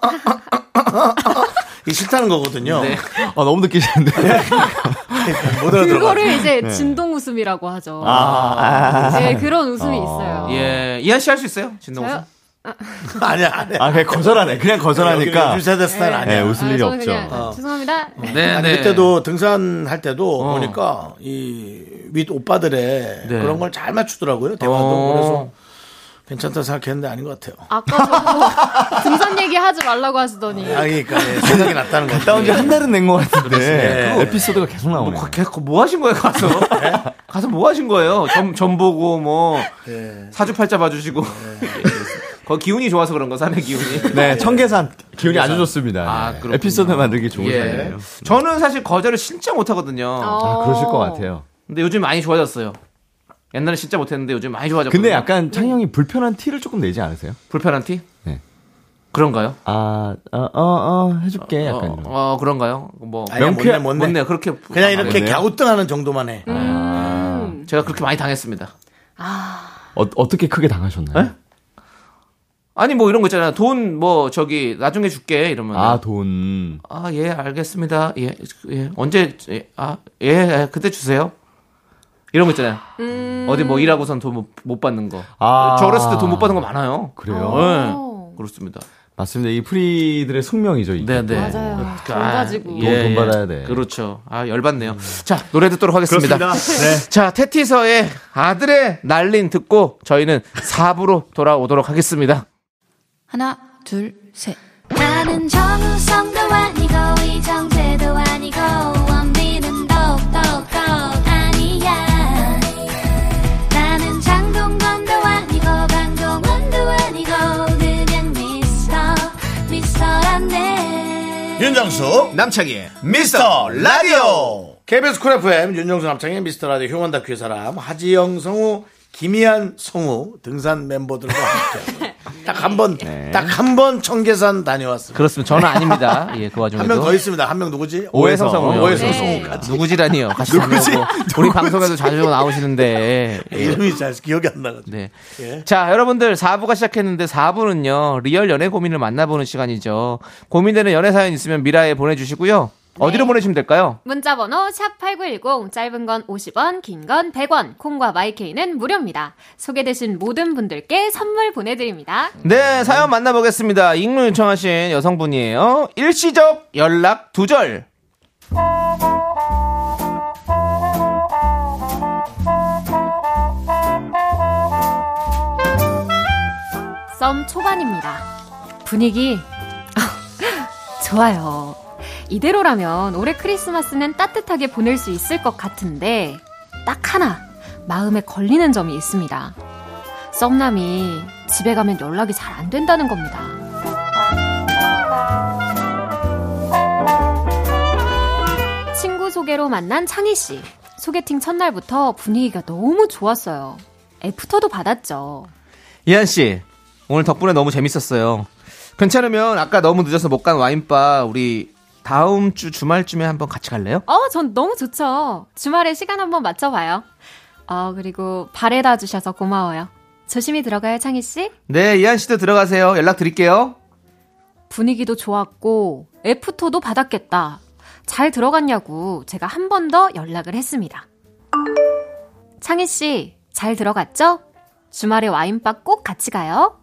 S1: 이게 싫다는 거거든요.
S2: 네.
S5: 아, 너무 느끼시는데.
S1: 못 알아들어.
S6: 그거를 이제 진동 웃음이라고 하죠. 네 그런 웃음이 있어요.
S1: 아.
S6: 아,
S2: 예, 이한 씨 할 수 있어요, 진동호
S6: 저요?
S2: 씨?
S1: 아니야 아니야.
S5: 아, 그냥 거절하네. 그냥 거절하니까.
S1: 요즘 세대 스타일 아니야.
S5: 네, 웃을
S6: 아,
S5: 일이
S6: 저는
S5: 없죠.
S6: 그냥 죄송합니다.
S2: 네, 어.
S1: 아니, 그때도 등산할 때도 보니까 이 윗 오빠들의
S2: 네.
S1: 그런 걸 잘 맞추더라고요 대화도
S2: 어.
S1: 그래서 괜찮다 생각했는데 아닌 것 같아요.
S6: 아까 저도 등산 얘기 하지 말라고 하시더니
S1: 아, 그러니까 예, 생각이 났다는 예. 거.
S5: 갔다 온 지 한 달은 된 것 같은데
S1: 네.
S5: 그거 에피소드가 계속 나오네.
S2: 뭐, 계속 뭐 하신 거예요, 가서?
S5: 네?
S2: 가서 뭐 하신 거예요? 점, 점 보고, 뭐,
S5: 네.
S2: 사주팔자 봐주시고. 거기 기운이 좋아서 그런 거, 산의 기운이.
S5: 네, 청계산 기운이 아주 좋습니다.
S2: 아,
S5: 네.
S2: 그렇군요.
S5: 에피소드 만들기 좋은
S2: 예.
S5: 산이에요.
S2: 저는 사실 거절을 진짜 못하거든요.
S5: 아, 그러실 것 같아요.
S2: 근데 요즘 많이 좋아졌어요. 옛날에 진짜 못했는데 요즘 많이 좋아졌거든요.
S5: 근데 약간 창영이 불편한 티를 조금 내지 않으세요?
S2: 불편한 티?
S5: 네.
S2: 그런가요?
S5: 아, 어, 어, 어, 해줄게.
S2: 어,
S5: 약간. 이런.
S2: 어, 그런가요? 뭐
S1: 아니야, 뭔데,
S5: 명쾌-
S1: 뭔데.
S2: 못내 그렇게 아,
S1: 아, 그냥 이렇게
S5: 그러네요.
S1: 갸우뚱하는 정도만 해.
S2: 네. 제가 그렇게 많이 당했습니다.
S5: 어, 어떻게 크게 당하셨나요?
S2: 네? 아니 뭐 이런 거 있잖아요. 돈 뭐 저기 나중에 줄게 이러면
S5: 아, 돈.
S2: 아, 예, 알겠습니다. 예, 예. 언제, 예, 아, 예, 예, 그때 주세요. 이런 거 있잖아요.
S6: 음.
S2: 어디 뭐 일하고선 돈 못 받는 거.
S5: 아.
S2: 저 어렸을 때 돈 못 받는 거 많아요.
S5: 그래요?
S2: 예, 그렇습니다.
S5: 맞습니다. 이 프리들의 숙명이죠. 이게.
S2: 네, 네.
S6: 맞아요. 돈 가지고.
S2: 예,
S5: 돈
S2: 예.
S5: 받아야 돼.
S2: 그렇죠. 아, 열받네요. 자, 노래 듣도록 하겠습니다.
S5: 그렇습니다. 네.
S2: 자, 테티서의 아들의 날린 듣고 저희는 4부로 돌아오도록 하겠습니다.
S7: 하나, 둘, 셋.
S3: 나는 정우성도 아니고 이정재도 아니고 원빈은 더욱더 아니야 나는 장동건도 아니고 강동원도 아니고 그냥 미스터 미스터란데
S1: 예, 윤정수
S2: 남창희의
S1: 미스터 라디오 KBS 쿨 FM 윤정수 남창의 미스터 라디오 휴먼 다큐의 사람 하지영 성우 김희한 성우 등산 멤버들과 함께 딱 한 번 딱 한 번 청계산 다녀왔습니다
S2: 그렇습니다. 저는 아닙니다. 예, 그 와중에도.
S1: 한 명 더 있습니다 한 명 누구지?
S2: 오해성 성우요.
S1: 오해성
S2: 네.
S1: 성우
S2: 누구지라니요. 같이 누구지? 우리 방송에도 자주 나오시는데. 예.
S1: 이름이 잘 기억이 안 나가지고
S2: 네.
S1: 예.
S2: 자, 여러분들 4부가 시작했는데 4부는요. 리얼 연애 고민을 만나보는 시간이죠. 고민되는 연애 사연 있으면 미라에 보내주시고요. 어디로 보내시면 될까요?
S6: 네. 문자번호 샵8910 짧은 건 50원 긴 건 100원 콩과 마이케이는 무료입니다. 소개되신 모든 분들께 선물 보내드립니다.
S2: 네, 사연 만나보겠습니다. 익명 요청하신 여성분이에요. 일시적 연락 두절.
S6: 썸 초반입니다. 분위기 좋아요. 이대로라면 올해 크리스마스는 따뜻하게 보낼 수 있을 것 같은데 딱 하나 마음에 걸리는 점이 있습니다. 썸남이 집에 가면 연락이 잘 안 된다는 겁니다. 친구 소개로 만난 창희 씨. 소개팅 첫날부터 분위기가 너무 좋았어요. 애프터도 받았죠.
S2: 이한 씨, 오늘 덕분에 너무 재밌었어요. 괜찮으면 아까 너무 늦어서 못 간 와인바 우리 다음 주 주말쯤에 한번 같이 갈래요?
S6: 어, 전 너무 좋죠. 주말에 시간 한번 맞춰봐요. 어, 그리고 바래다 주셔서 고마워요. 조심히 들어가요, 창희씨.
S2: 네, 이한 씨도 들어가세요. 연락 드릴게요.
S6: 분위기도 좋았고, 애프터도 받았겠다. 잘 들어갔냐고 제가 한 번 더 연락을 했습니다. 창희씨, 잘 들어갔죠? 주말에 와인바 꼭 같이 가요.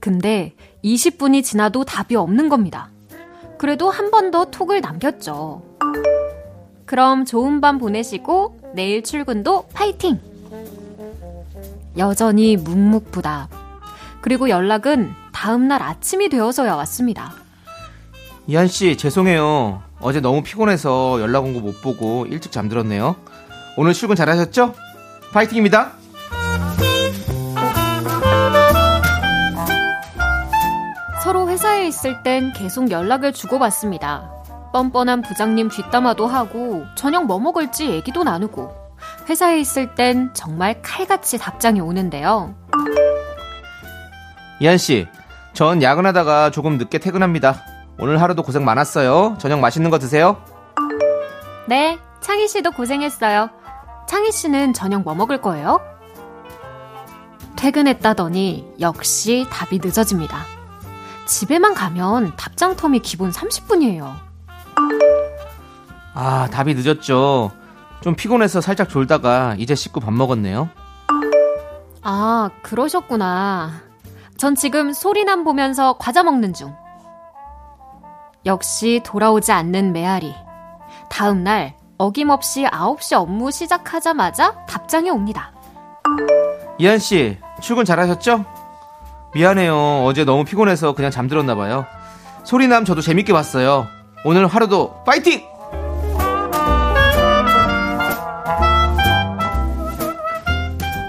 S6: 근데 20분이 지나도 답이 없는 겁니다. 그래도 한 번 더 톡을 남겼죠. 그럼 좋은 밤 보내시고 내일 출근도 파이팅! 여전히 묵묵부답. 그리고 연락은 다음날 아침이 되어서야 왔습니다.
S2: 이한 씨, 죄송해요. 어제 너무 피곤해서 연락 온 거 못 보고 일찍 잠들었네요. 오늘 출근 잘하셨죠? 파이팅입니다.
S6: 서로 회사에 있을 땐 계속 연락을 주고받습니다. 뻔뻔한 부장님 뒷담화도 하고 저녁 뭐 먹을지 얘기도 나누고 회사에 있을 땐 정말 칼같이 답장이 오는데요.
S2: 이한 씨, 전 야근하다가 조금 늦게 퇴근합니다. 오늘 하루도 고생 많았어요. 저녁 맛있는 거 드세요.
S6: 네, 창희 씨도 고생했어요. 창희 씨는 저녁 뭐 먹을 거예요? 퇴근했다더니 역시 답이 늦어집니다. 집에만 가면 답장 텀이 기본 30분이에요.
S2: 아, 답이 늦었죠. 좀 피곤해서 살짝 졸다가 이제 씻고 밥 먹었네요.
S6: 아, 그러셨구나. 전 지금 소리남 보면서 과자 먹는 중. 역시 돌아오지 않는 메아리. 다음 날 어김없이 9시 업무 시작하자마자 답장이 옵니다.
S2: 이한 씨, 출근 잘하셨죠? 미안해요. 어제 너무 피곤해서 그냥 잠들었나 봐요. 소리남 저도 재밌게 봤어요. 오늘 하루도 파이팅!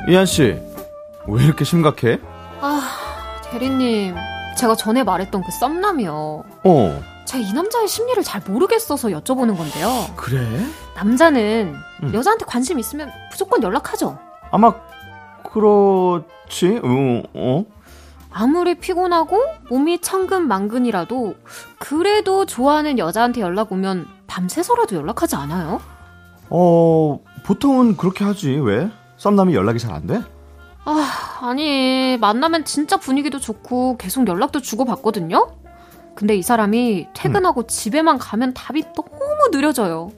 S5: 이한 씨, 왜 이렇게 심각해?
S6: 아, 대리님, 제가 전에 말했던 그 썸남이요.
S5: 어,
S6: 제가 이 남자의 심리를 잘 모르겠어서 여쭤보는 건데요.
S5: 그래?
S6: 남자는 여자한테 관심 있으면 무조건 연락하죠.
S5: 아마 그렇지. 어, 어?
S6: 아무리 피곤하고 몸이 천근만근이라도 그래도 좋아하는 여자한테 연락 오면 밤새서라도 연락하지 않아요?
S5: 어, 보통은 그렇게 하지. 왜? 썸남이 연락이 잘 안 돼?
S6: 아, 아니 만나면 진짜 분위기도 좋고 계속 연락도 주고받거든요. 근데 이 사람이 퇴근하고 집에만 가면 답이 너무 느려져요.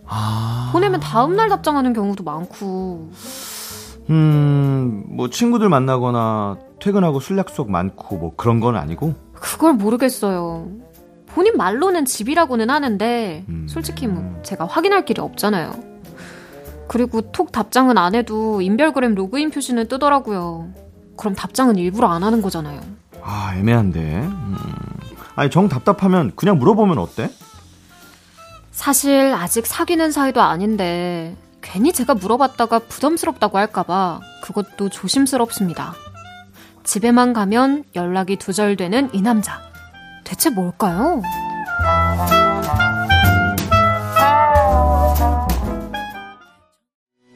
S6: 보내면 다음날 답장하는 경우도 많고.
S5: 음, 뭐 친구들 만나거나 퇴근하고 술 약속 많고 뭐 그런 건 아니고.
S6: 그걸 모르겠어요. 본인 말로는 집이라고는 하는데
S5: 음.
S6: 솔직히 뭐 제가 확인할 길이 없잖아요. 그리고 톡 답장은 안 해도 인별그램 로그인 표시는 뜨더라고요. 그럼 답장은 일부러 안 하는 거잖아요.
S5: 아, 애매한데. 음. 아니, 정 답답하면 그냥 물어보면 어때?
S6: 사실 아직 사귀는 사이도 아닌데 괜히 제가 물어봤다가 부담스럽다고 할까봐 그것도 조심스럽습니다. 집에만 가면 연락이 두절되는 이 남자. 대체 뭘까요?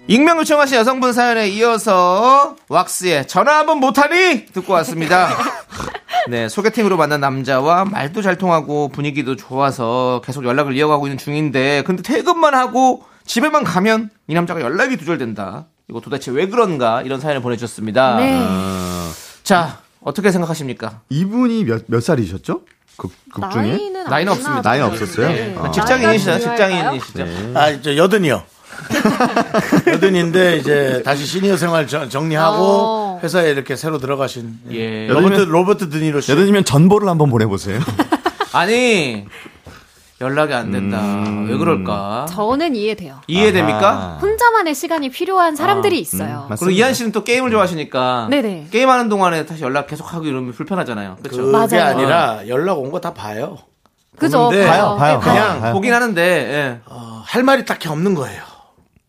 S2: 익명 요청하신 여성분 사연에 이어서 왁스의 전화 한번 못하니 듣고 왔습니다. 네 소개팅으로 만난 남자와 말도 잘 통하고 분위기도 좋아서 계속 연락을 이어가고 있는 중인데 근데 퇴근만 하고 집에만 가면 이 남자가 연락이 두절된다. 이거 도대체 왜 그런가 이런 사연을 보내주셨습니다.
S6: 네.
S2: 자 어떻게 생각하십니까?
S5: 이분이 몇, 몇 살이셨죠? 극, 극 중에?
S6: 나이는
S2: 나이는
S6: 안
S2: 없습니다.
S6: 나와요.
S5: 나이 없었어요?
S6: 네.
S5: 아. 네.
S2: 직장인이시죠?
S6: 나이가 중요할까요?
S2: 직장인이시죠?
S1: 아, 저 여든이요. 여든인데 이제 다시 시니어 생활 저- 정리하고
S6: 어.
S1: 회사에 이렇게 새로 들어가신
S2: 예.
S1: 로버트 로버트 드니로 씨.
S5: 여든이면 전보를 한번 보내보세요.
S2: 아니 연락이 안 된다.
S5: 음.
S2: 왜 그럴까?
S6: 저는 이해돼요.
S2: 이해됩니까?
S6: 혼자만의 시간이 필요한 사람들이 있어요.
S5: 맞습니다.
S2: 그리고 이한 씨는 또 게임을 좋아하시니까
S6: 네네.
S2: 게임하는 동안에 다시 연락 계속하고 이러면 불편하잖아요. 그렇죠?
S1: 그게
S6: 맞아요.
S1: 아니라 연락 온 거 다 봐요.
S6: 그죠?
S1: 근데
S5: 봐요,
S6: 네,
S5: 봐요.
S6: 봐요.
S1: 그냥
S5: 봐요.
S2: 보긴 하는데 예.
S1: 어, 할 말이 딱히 없는 거예요.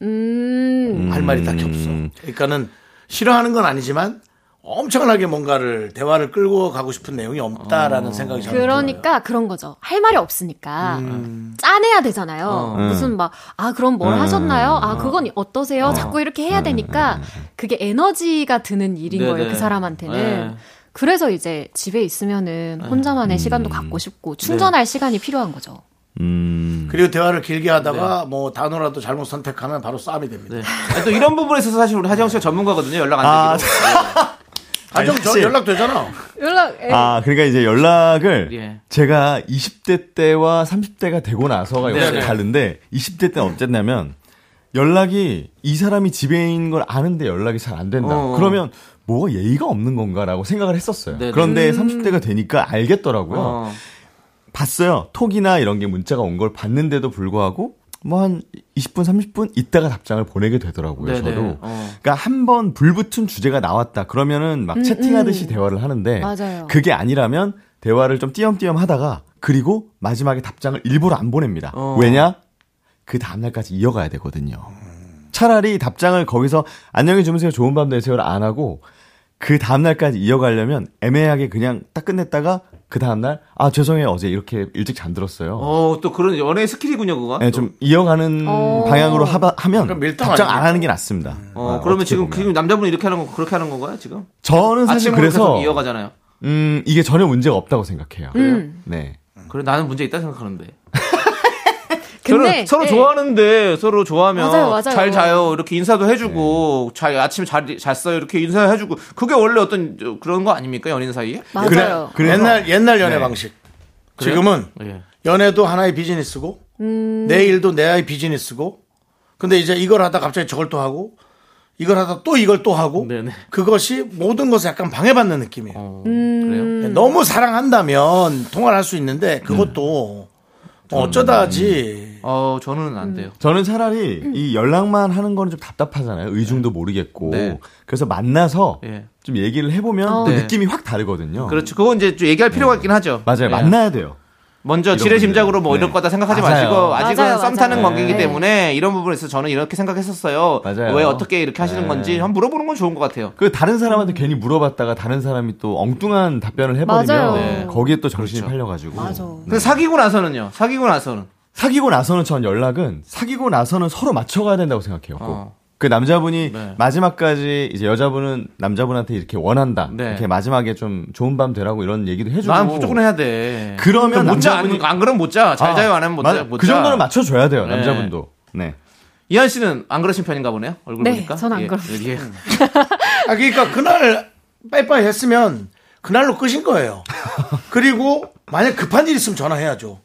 S6: 음,
S1: 할 말이 딱히 없어. 그러니까는 싫어하는 건 아니지만 엄청나게 뭔가를 대화를 끌고 가고 싶은 내용이 없다라는 생각이 저는
S6: 그러니까 그런 거죠. 할 말이 없으니까 짜내야 되잖아요. 무슨 막, 아, 그럼 뭘 하셨나요? 아, 그건 어떠세요? 자꾸 이렇게 해야 되니까 그게 에너지가 드는 일인
S2: 네네.
S6: 거예요, 그 사람한테는.
S2: 네.
S6: 그래서 이제 집에 있으면은 혼자만의 시간도 갖고 싶고 충전할 시간이 필요한 거죠.
S5: 음.
S1: 그리고 대화를 길게 하다가
S5: 네.
S1: 뭐 단어라도 잘못 선택하면 바로 싸움이 됩니다.
S2: 네. 아니, 또 이런 부분에 있어서 사실 우리 하정 씨가 전문가거든요. 연락 안
S5: 아,
S2: 되기로.
S1: 아, 좀, 저
S5: 알겠지.
S1: 연락 되잖아.
S6: 연락, 에,
S5: 아, 그러니까 이제 연락을
S2: 예.
S5: 제가 20대 때와 30대가 되고 나서가
S2: 네,
S5: 역시
S2: 네.
S5: 다른데 20대 때는 어쨌냐면 연락이 이 사람이 집에 있는 걸 아는데 연락이 잘 안 된다.
S2: 어.
S5: 그러면 뭐가 예의가 없는 건가라고 생각을 했었어요.
S2: 네, 네.
S5: 그런데 30대가 되니까 알겠더라고요.
S2: 어.
S5: 봤어요. 톡이나 이런 게 문자가 온 걸 봤는데도 불구하고 뭐 한 20분 30분 있다가 답장을 보내게 되더라고요.
S2: 네네.
S5: 저도.
S2: 어.
S5: 그러니까 한 번 불붙은 주제가 나왔다 그러면은 막 채팅하듯이 대화를 하는데
S6: 맞아요.
S5: 그게 아니라면 대화를 좀 띄엄띄엄 하다가 그리고 마지막에 답장을 일부러 안 보냅니다.
S2: 어.
S5: 왜냐? 그 다음날까지 이어가야 되거든요. 차라리 답장을 거기서 안녕히 주무세요 좋은 밤 되세요를 안 하고 그 다음날까지 이어가려면 애매하게 그냥 딱 끝냈다가 그 다음날 아 죄송해요 어제 이렇게 일찍 잠들었어요.
S2: 어, 또 그런 연애 스킬이군요, 그거.
S5: 네, 좀 이어가는
S6: 어.
S5: 방향으로 하바, 하면
S1: 약간 밀당
S5: 답장
S1: 아닙니까?
S5: 안 하는 게 낫습니다.
S2: 어,
S5: 아,
S2: 그러면
S5: 어떻게
S2: 지금
S5: 보면.
S2: 지금 남자분이 이렇게 하는 거 그렇게 하는 건가요, 지금?
S5: 저는 사실
S2: 아침으로
S5: 그래서
S2: 계속 이어가잖아요.
S5: 음, 이게 전혀 문제가 없다고 생각해요. 네.
S2: 그래 나는 문제 있다 생각하는데.
S6: 근데
S2: 저는 서로
S6: 예.
S2: 좋아하는데 서로 좋아하면
S6: 맞아요, 맞아요.
S2: 잘 자요 이렇게 인사도 해주고 잘 아침에 잘 잤어요 이렇게 인사해주고 그게 원래 어떤 저- 그런 거 아닙니까 연인 사이에?
S6: 맞아요.
S5: 그래서-
S1: 옛날, 옛날 연애
S5: 네.
S1: 방식. 지금은
S2: 예.
S1: 연애도 하나의 비즈니스고,
S6: 음.
S1: 내 일도 내 아이 비즈니스고, 근데 이제 이걸 하다 갑자기 저걸 또 하고, 이걸 하다 또 이걸 또 하고,
S2: 네네.
S1: 그것이 모든 것에 약간 방해받는 느낌이에요.
S5: 어.
S2: 어,
S6: 음.
S1: 네,
S2: 그래요?
S5: 음.
S1: 너무 사랑한다면 통화를 할 수 있는데, 그것도 어쩌다지.
S2: 어, 저는
S6: 음.
S2: 안 돼요.
S5: 저는 차라리 이 연락만 하는 거는 좀 답답하잖아요. 의중도 모르겠고.
S2: 음. 네.
S5: 그래서 만나서
S2: 예.
S5: 좀 얘기를 해보면
S6: 어.
S5: 또
S2: 네.
S5: 느낌이 확 다르거든요.
S2: 그렇죠. 그건 이제 좀 얘기할 필요가 있긴 하죠.
S5: 네. 맞아요.
S2: 예.
S5: 만나야 돼요.
S2: 먼저
S5: 이런
S2: 지레 짐작으로 뭐
S5: 분들.
S2: 이럴 거다 생각하지
S5: 맞아요.
S2: 마시고 아직은
S6: 맞아요,
S2: 썸
S6: 맞아요.
S2: 타는
S6: 네.
S2: 관계이기 때문에 이런 부분에서 저는 이렇게 생각했었어요.
S5: 맞아요.
S2: 왜 어떻게 이렇게 하시는
S5: 네.
S2: 건지 한번 물어보는 건 좋은 것 같아요.
S5: 그 다른
S2: 음.
S5: 사람한테 괜히 물어봤다가 다른 사람이 또 엉뚱한 답변을 해버리면
S6: 맞아요. 네.
S5: 거기에 또 정신이
S2: 그렇죠.
S5: 팔려가지고 네.
S2: 근데 사귀고 나서는요. 사귀고 나서는
S5: 사귀고 나서는 전 연락은 사귀고 나서는 서로 맞춰가야 된다고 생각해요. 꼭.
S2: 어.
S5: 그 남자분이
S2: 네.
S5: 마지막까지 이제 여자분은 남자분한테 이렇게 원한다.
S2: 네.
S5: 이렇게 마지막에 좀 좋은 밤 되라고 이런 얘기도 해주고.
S2: 난 무조건 해야 돼. 그러니까
S5: 그러면
S2: 못자
S5: 남자분이-
S2: 안, 안 그러면 못 자. 잘 자요 안 하면 못
S5: 아, 맞-
S2: 자. 못
S5: 그
S2: 자.
S5: 정도는 맞춰줘야 돼요
S2: 네.
S5: 남자분도. 네.
S2: 이한 씨는 안 그러신 편인가 보네요. 얼굴
S6: 네,
S2: 보니까.
S6: 전안
S2: 예,
S6: 그렇습니다. 음.
S2: 예.
S1: 아, 그러니까 그날 빠이빠이 했으면 그날로 끝인 거예요. 그리고 만약 급한 일 있으면 전화해야죠.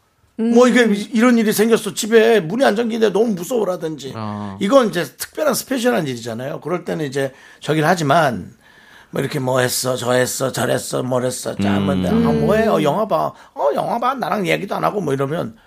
S1: 뭐 이게 이런 일이 생겼어 집에 문이 안 잠기는데 너무 무서워라든지
S2: 어.
S1: 이건 이제 특별한 스페셜한 일이잖아요. 그럴 때는 이제 저길 하지만 뭐 이렇게 뭐 했어 저 했어 저랬어 뭘 했어 짜면 아 뭐해 어 영화 봐어 영화 봐 나랑 얘기도 안 하고 뭐 이러면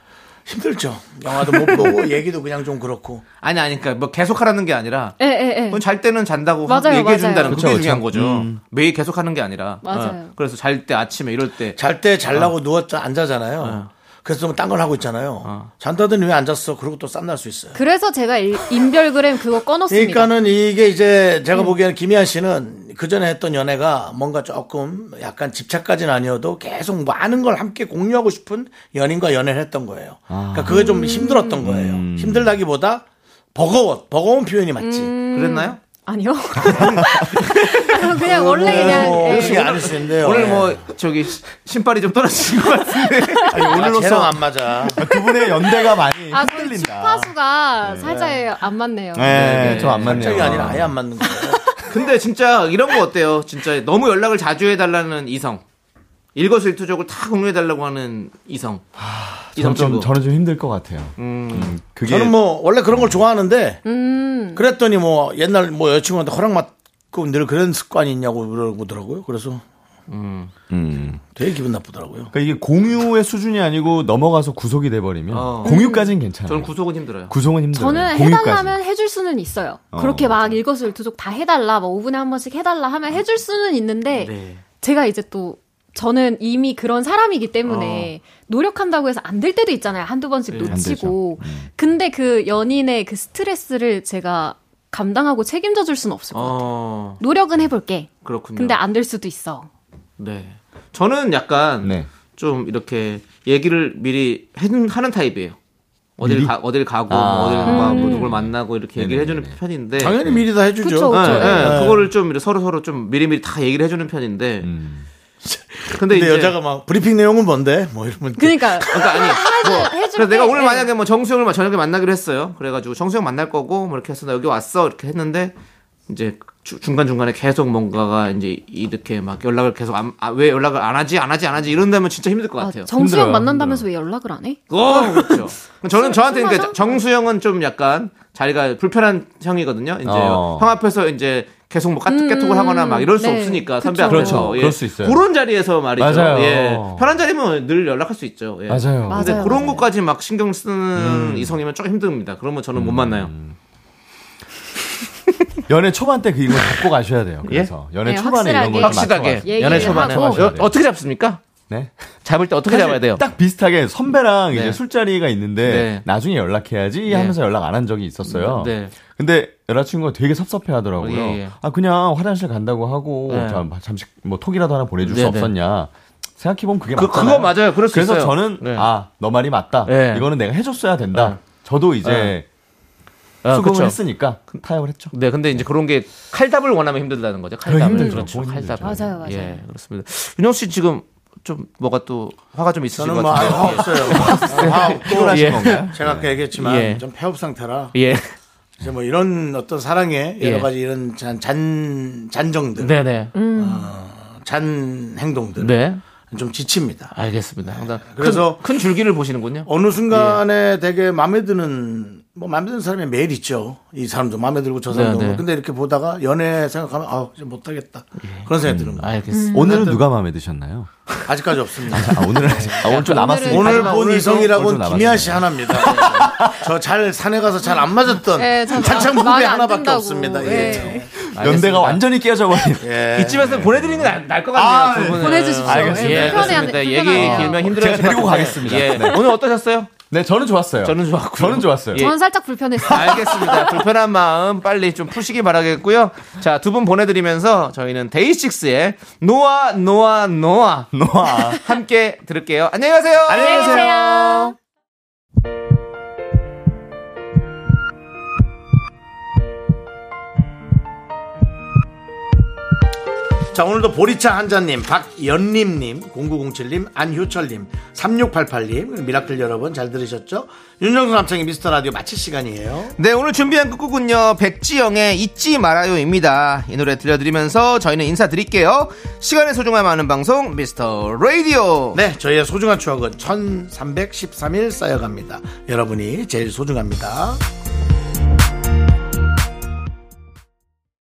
S1: 힘들죠. 영화도 못 보고 얘기도 그냥 좀 그렇고
S2: 아니 아니 그러니까 뭐 계속 하라는 게 아니라
S6: 예, 예, 예.
S2: 그건 잘 때는 잔다고
S6: 맞아요,
S2: 얘기해
S6: 맞아요.
S2: 준다는 그게
S5: 그쵸,
S2: 중요한
S5: 그쵸. 음.
S2: 거죠. 매일 계속 하는 게 아니라.
S6: 맞아요.
S2: 어, 그래서 잘 때 아침에 이럴 때
S1: 잘 때 잘라고 누웠다 앉아잖아요.
S2: 어.
S1: 그래서 딴 걸 하고 있잖아요. 잔다더니 왜 앉았어? 그러고 또 쌈날 수 있어요.
S6: 그래서 제가 일- 인별그램 그거 꺼놓습니다. 음.
S1: 그러니까는 이게 이제 제가 보기에는 김희한 씨는 그 전에 했던 연애가 뭔가 조금 약간 집착까지는 아니어도 계속 많은 걸 함께 공유하고 싶은 연인과 연애를 했던 거예요. 그러니까 그게 좀 힘들었던 거예요. 힘들다기보다 버거워, 버거운 표현이 맞지.
S6: 음.
S2: 그랬나요?
S6: 아니요. 그냥 원래 그냥
S1: 뭐,
S6: 예.
S1: 그게 아닐 수
S5: 네,
S1: 있는데요.
S5: 어,
S2: 오늘
S5: 예.
S2: 뭐 저기 시- 신발이 좀 떨어지신 것 같은데. 아,
S1: 오늘로서 아, 쟤랑 안 맞아.
S5: 두 분의 연대가
S2: 네,
S5: 많이
S6: 아, 그
S5: 흔들린다.
S6: 주파수가 살짝 안 맞네요.
S5: 네, 좀 안 맞네요.
S1: 갑자기 아니라 아예 안 맞는 거예요.
S2: 근데 진짜 이런 거 어때요? 진짜 너무 연락을 자주 해달라는 이성. 일거수일투족을 다 공유해달라고 하는 이성. 이성
S5: 저는 좀,
S2: 친구.
S5: 저는 좀 힘들 것 같아요. 음, 그게
S1: 저는 뭐 원래 그런 걸 좋아하는데
S6: 음.
S1: 그랬더니 뭐 옛날 뭐 여자친구한테 허락 받고 늘 그런 습관이 있냐고 물어보더라고요. 그래서
S5: 음.
S1: 되게 기분 나쁘더라고요.
S5: 그러니까 이게 공유의 수준이 아니고 넘어가서 구속이 돼버리면
S2: 어.
S5: 공유까지는 괜찮아요.
S2: 저는 구속은 힘들어요.
S5: 구성은 힘들어요.
S6: 저는
S5: 네, 공유까지.
S6: 해달라면 해줄 수는 있어요. 그렇게 막 일거수일투족 다 해달라, 뭐 5분에 한 번씩 해달라
S5: 음.
S6: 하면 해줄 수는 있는데
S2: 네.
S6: 제가 이제 또 저는 이미 그런 사람이기 때문에
S5: 어.
S6: 노력한다고 해서 안 될 때도 있잖아요. 한두 번씩
S5: 네.
S6: 놓치고.
S5: 음.
S6: 근데 그 연인의 그 스트레스를 제가 감당하고 책임져 줄 수는 없을 것 같아요.
S2: 어,
S6: 노력은 해볼게.
S2: 그렇군요.
S5: 음.
S6: 근데 아- 안 될 수도 있어.
S2: 네. 저는 약간
S5: 네.
S2: 좀 이렇게 얘기를 미리 해준- 하는 타입이에요. 어딜
S5: 미리?
S2: 가, 어딜 가고,
S5: 아.
S2: 뭐 어딜 가고,
S6: 음.
S2: 뭐 누굴 만나고 이렇게 얘기를 해주는 편인데.
S1: 당연히 미리 다 해주죠. 네,
S6: 그쵸,
S2: 예,
S6: 그쵸.
S2: 예, 네. 그거를 좀 이렇게 서로서로 좀 미리미리 다 얘기를 해주는 편인데.
S5: 음.
S1: 근데
S2: 근데, 이제-
S1: 여자가 막 브리핑 내용은 뭔데? 뭐 이러면
S6: 그러니까
S2: 그러니까 아니 뭐
S6: 해줄
S2: 그래서 내가
S6: 때,
S2: 오늘
S6: 예.
S2: 만약에 뭐 정수영을 마- 저녁에 만나기로 했어요. 그래가지고 정수영 만날 거고 뭐 이렇게 해서 나 여기 왔어 이렇게 했는데 이제 중간 중간에 계속 뭔가가 이제 이렇게 막 연락을 계속 안- 아, 왜 연락을 안 하지 안 하지 안 하지 이런다면 진짜 힘들 것
S6: 아,
S2: 같아요.
S6: 정수영
S5: 힘들어요, 예.
S6: 만난다면서 왜 연락을 안 해?
S2: 어, 그렇죠. 저는 저한테
S6: 심하죠?
S2: 그러니까 정수영은 좀 약간 자기가 불편한 형이거든요. 이제
S5: 어.
S2: 형 앞에서 이제 계속 뭐 까툭 까툭을 하거나 막 이럴 수
S6: 네.
S2: 없으니까 선배
S6: 그쵸.
S2: 앞에서 예.
S5: 그렇죠. 그럴 수 있어요.
S2: 그런 자리에서 말이죠.
S5: 맞아요.
S2: 예. 편한 자리면 늘 연락할 수 있죠. 예.
S5: 맞아요. 음.
S6: 맞아요.
S2: 근데 그런 것까지 막 신경 쓰는 이성이면 조금 힘듭니다. 그러면 저는 못 만나요.
S5: 뭐 연애 초반 때 그 이거 잡고 가셔야 돼요. 그래서 연애
S6: 네,
S5: 초반에 이런
S6: 확실하게.
S5: 거
S2: 예? 확실하게
S6: 얘기를
S2: 연애 초반에
S6: 하고.
S2: 어, 어떻게 잡습니까?
S5: 네.
S2: 잡을 때 어떻게 잡아야 돼요?
S5: 딱 비슷하게 선배랑
S2: 네.
S5: 이제 술자리가 있는데
S2: 네.
S5: 나중에 연락해야지 하면서 연락 안 한 적이 있었어요.
S2: 네.
S5: 근데 여자친구가 되게 섭섭해 하더라고요.
S2: 예, 예.
S5: 아, 그냥 화장실 간다고 하고
S2: 네.
S5: 잠, 잠시 뭐 톡이라도 하나 보내줄 수
S2: 네, 네.
S5: 없었냐. 생각해보면 그게
S2: 그- 그거
S5: 맞잖아요.
S2: 맞아요. 그럴 수
S5: 그래서
S2: 있어요.
S5: 저는
S2: 네.
S5: 아, 너 말이 맞다.
S2: 네.
S5: 이거는 내가 해줬어야 된다.
S2: 네.
S5: 저도 이제
S2: 아,
S5: 수긍을
S2: 그쵸.
S5: 했으니까 타협을 했죠.
S2: 네, 근데 이제 그런 게 칼답을 원하면 힘들다는 거죠.
S5: 그래,
S2: 칼답을
S5: 힘들죠.
S2: 그렇죠.
S5: 그건
S2: 칼답.
S5: 힘들죠.
S6: 맞아요, 맞아요.
S2: 예, 그렇습니다. 윤영 씨 지금 좀 뭐가 또 화가 좀 있으신
S1: 저는
S2: 것
S1: 뭐 아예 화
S2: 같은데.
S1: 없어요. 뭐, 화 없고
S2: 예.
S1: 제가 아까 얘기했지만
S2: 예.
S1: 좀 폐업 상태라
S2: 예.
S1: 이제 뭐 이런 어떤 사랑에
S2: 예.
S1: 여러 가지 이런 잔, 잔 잔정들,
S6: 음.
S2: 네, 네.
S1: 잔 행동들
S2: 네.
S1: 좀 지칩니다.
S2: 알겠습니다. 상당히
S5: 네,
S1: 그래서-
S2: 큰, 큰 줄기를 보시는군요.
S1: 어느
S5: 예.
S1: 순간에 되게 마음에 드는 뭐 마음에 드는 사람이 매일 있죠. 이 사람도 마음에 들고 저 사람도.
S2: 네, 네.
S1: 근데 이렇게 보다가 연애 생각하면 아, 이제 못 하겠다. 그런 생각이
S5: 음,
S1: 드는 거예요.
S2: 알겠습니다.
S5: 오늘은 누가 마음에 드셨나요?
S1: 아직까지 없습니다.
S5: 아, 오늘은 아직- 아, 오늘 좀 남았으니까.
S1: 오늘
S5: 마지막
S1: 본
S5: 오늘도- 오늘
S1: 이성이라고는
S5: 좀
S1: 김희아
S5: 남았네요.
S1: 씨 하나입니다. 저 잘 산에 가서 잘 안 맞았던
S6: 예, 저
S1: 한창
S6: 마-
S1: 부배
S6: 마음에 안
S1: 하나밖에
S6: 든다고.
S1: 없습니다. 예.
S6: 예.
S5: 연대가 완전히 깨져버린.
S1: 예.
S2: 이쯤에서 보내드리는 게 날 것 같네요.
S5: 네. 아,
S2: 두
S5: 네.
S2: 분은.
S6: 보내주십시오.
S5: 알겠습니다.
S2: 예,
S6: 불편해-
S2: 그렇습니다. 얘기
S6: 불편하네요.
S2: 길면 힘들어요.
S5: 제가 데리고 가겠습니다.
S2: 예.
S5: 네.
S2: 오늘 어떠셨어요?
S5: 네, 저는 좋았어요.
S2: 저는 좋았고요.
S5: 저는 좋았어요.
S2: 예.
S6: 저는 살짝 불편했어요.
S2: 알겠습니다. 불편한 마음 빨리 좀 푸시기 바라겠고요. 자, 두 분 보내드리면서 저희는 데이식스의 노아, 노아, 노아
S5: 노아.
S2: 함께 들을게요. 안녕히 가세요. 안녕히
S6: 계세요.
S1: 자 오늘도 보리차 한자님 박연림님 0907님 안효철님 3688님 미라클 여러분 잘 들으셨죠? 윤정수 남창의 미스터라디오 마칠 시간이에요
S2: 네, 오늘 준비한 끝곡은요. 백지영의 잊지 말아요입니다. 이 노래 들려드리면서 저희는 인사드릴게요. 시간의 소중함 아는 방송 미스터 라디오.
S1: 네 저희의 소중한 추억은 1313일 쌓여갑니다 여러분이 제일 소중합니다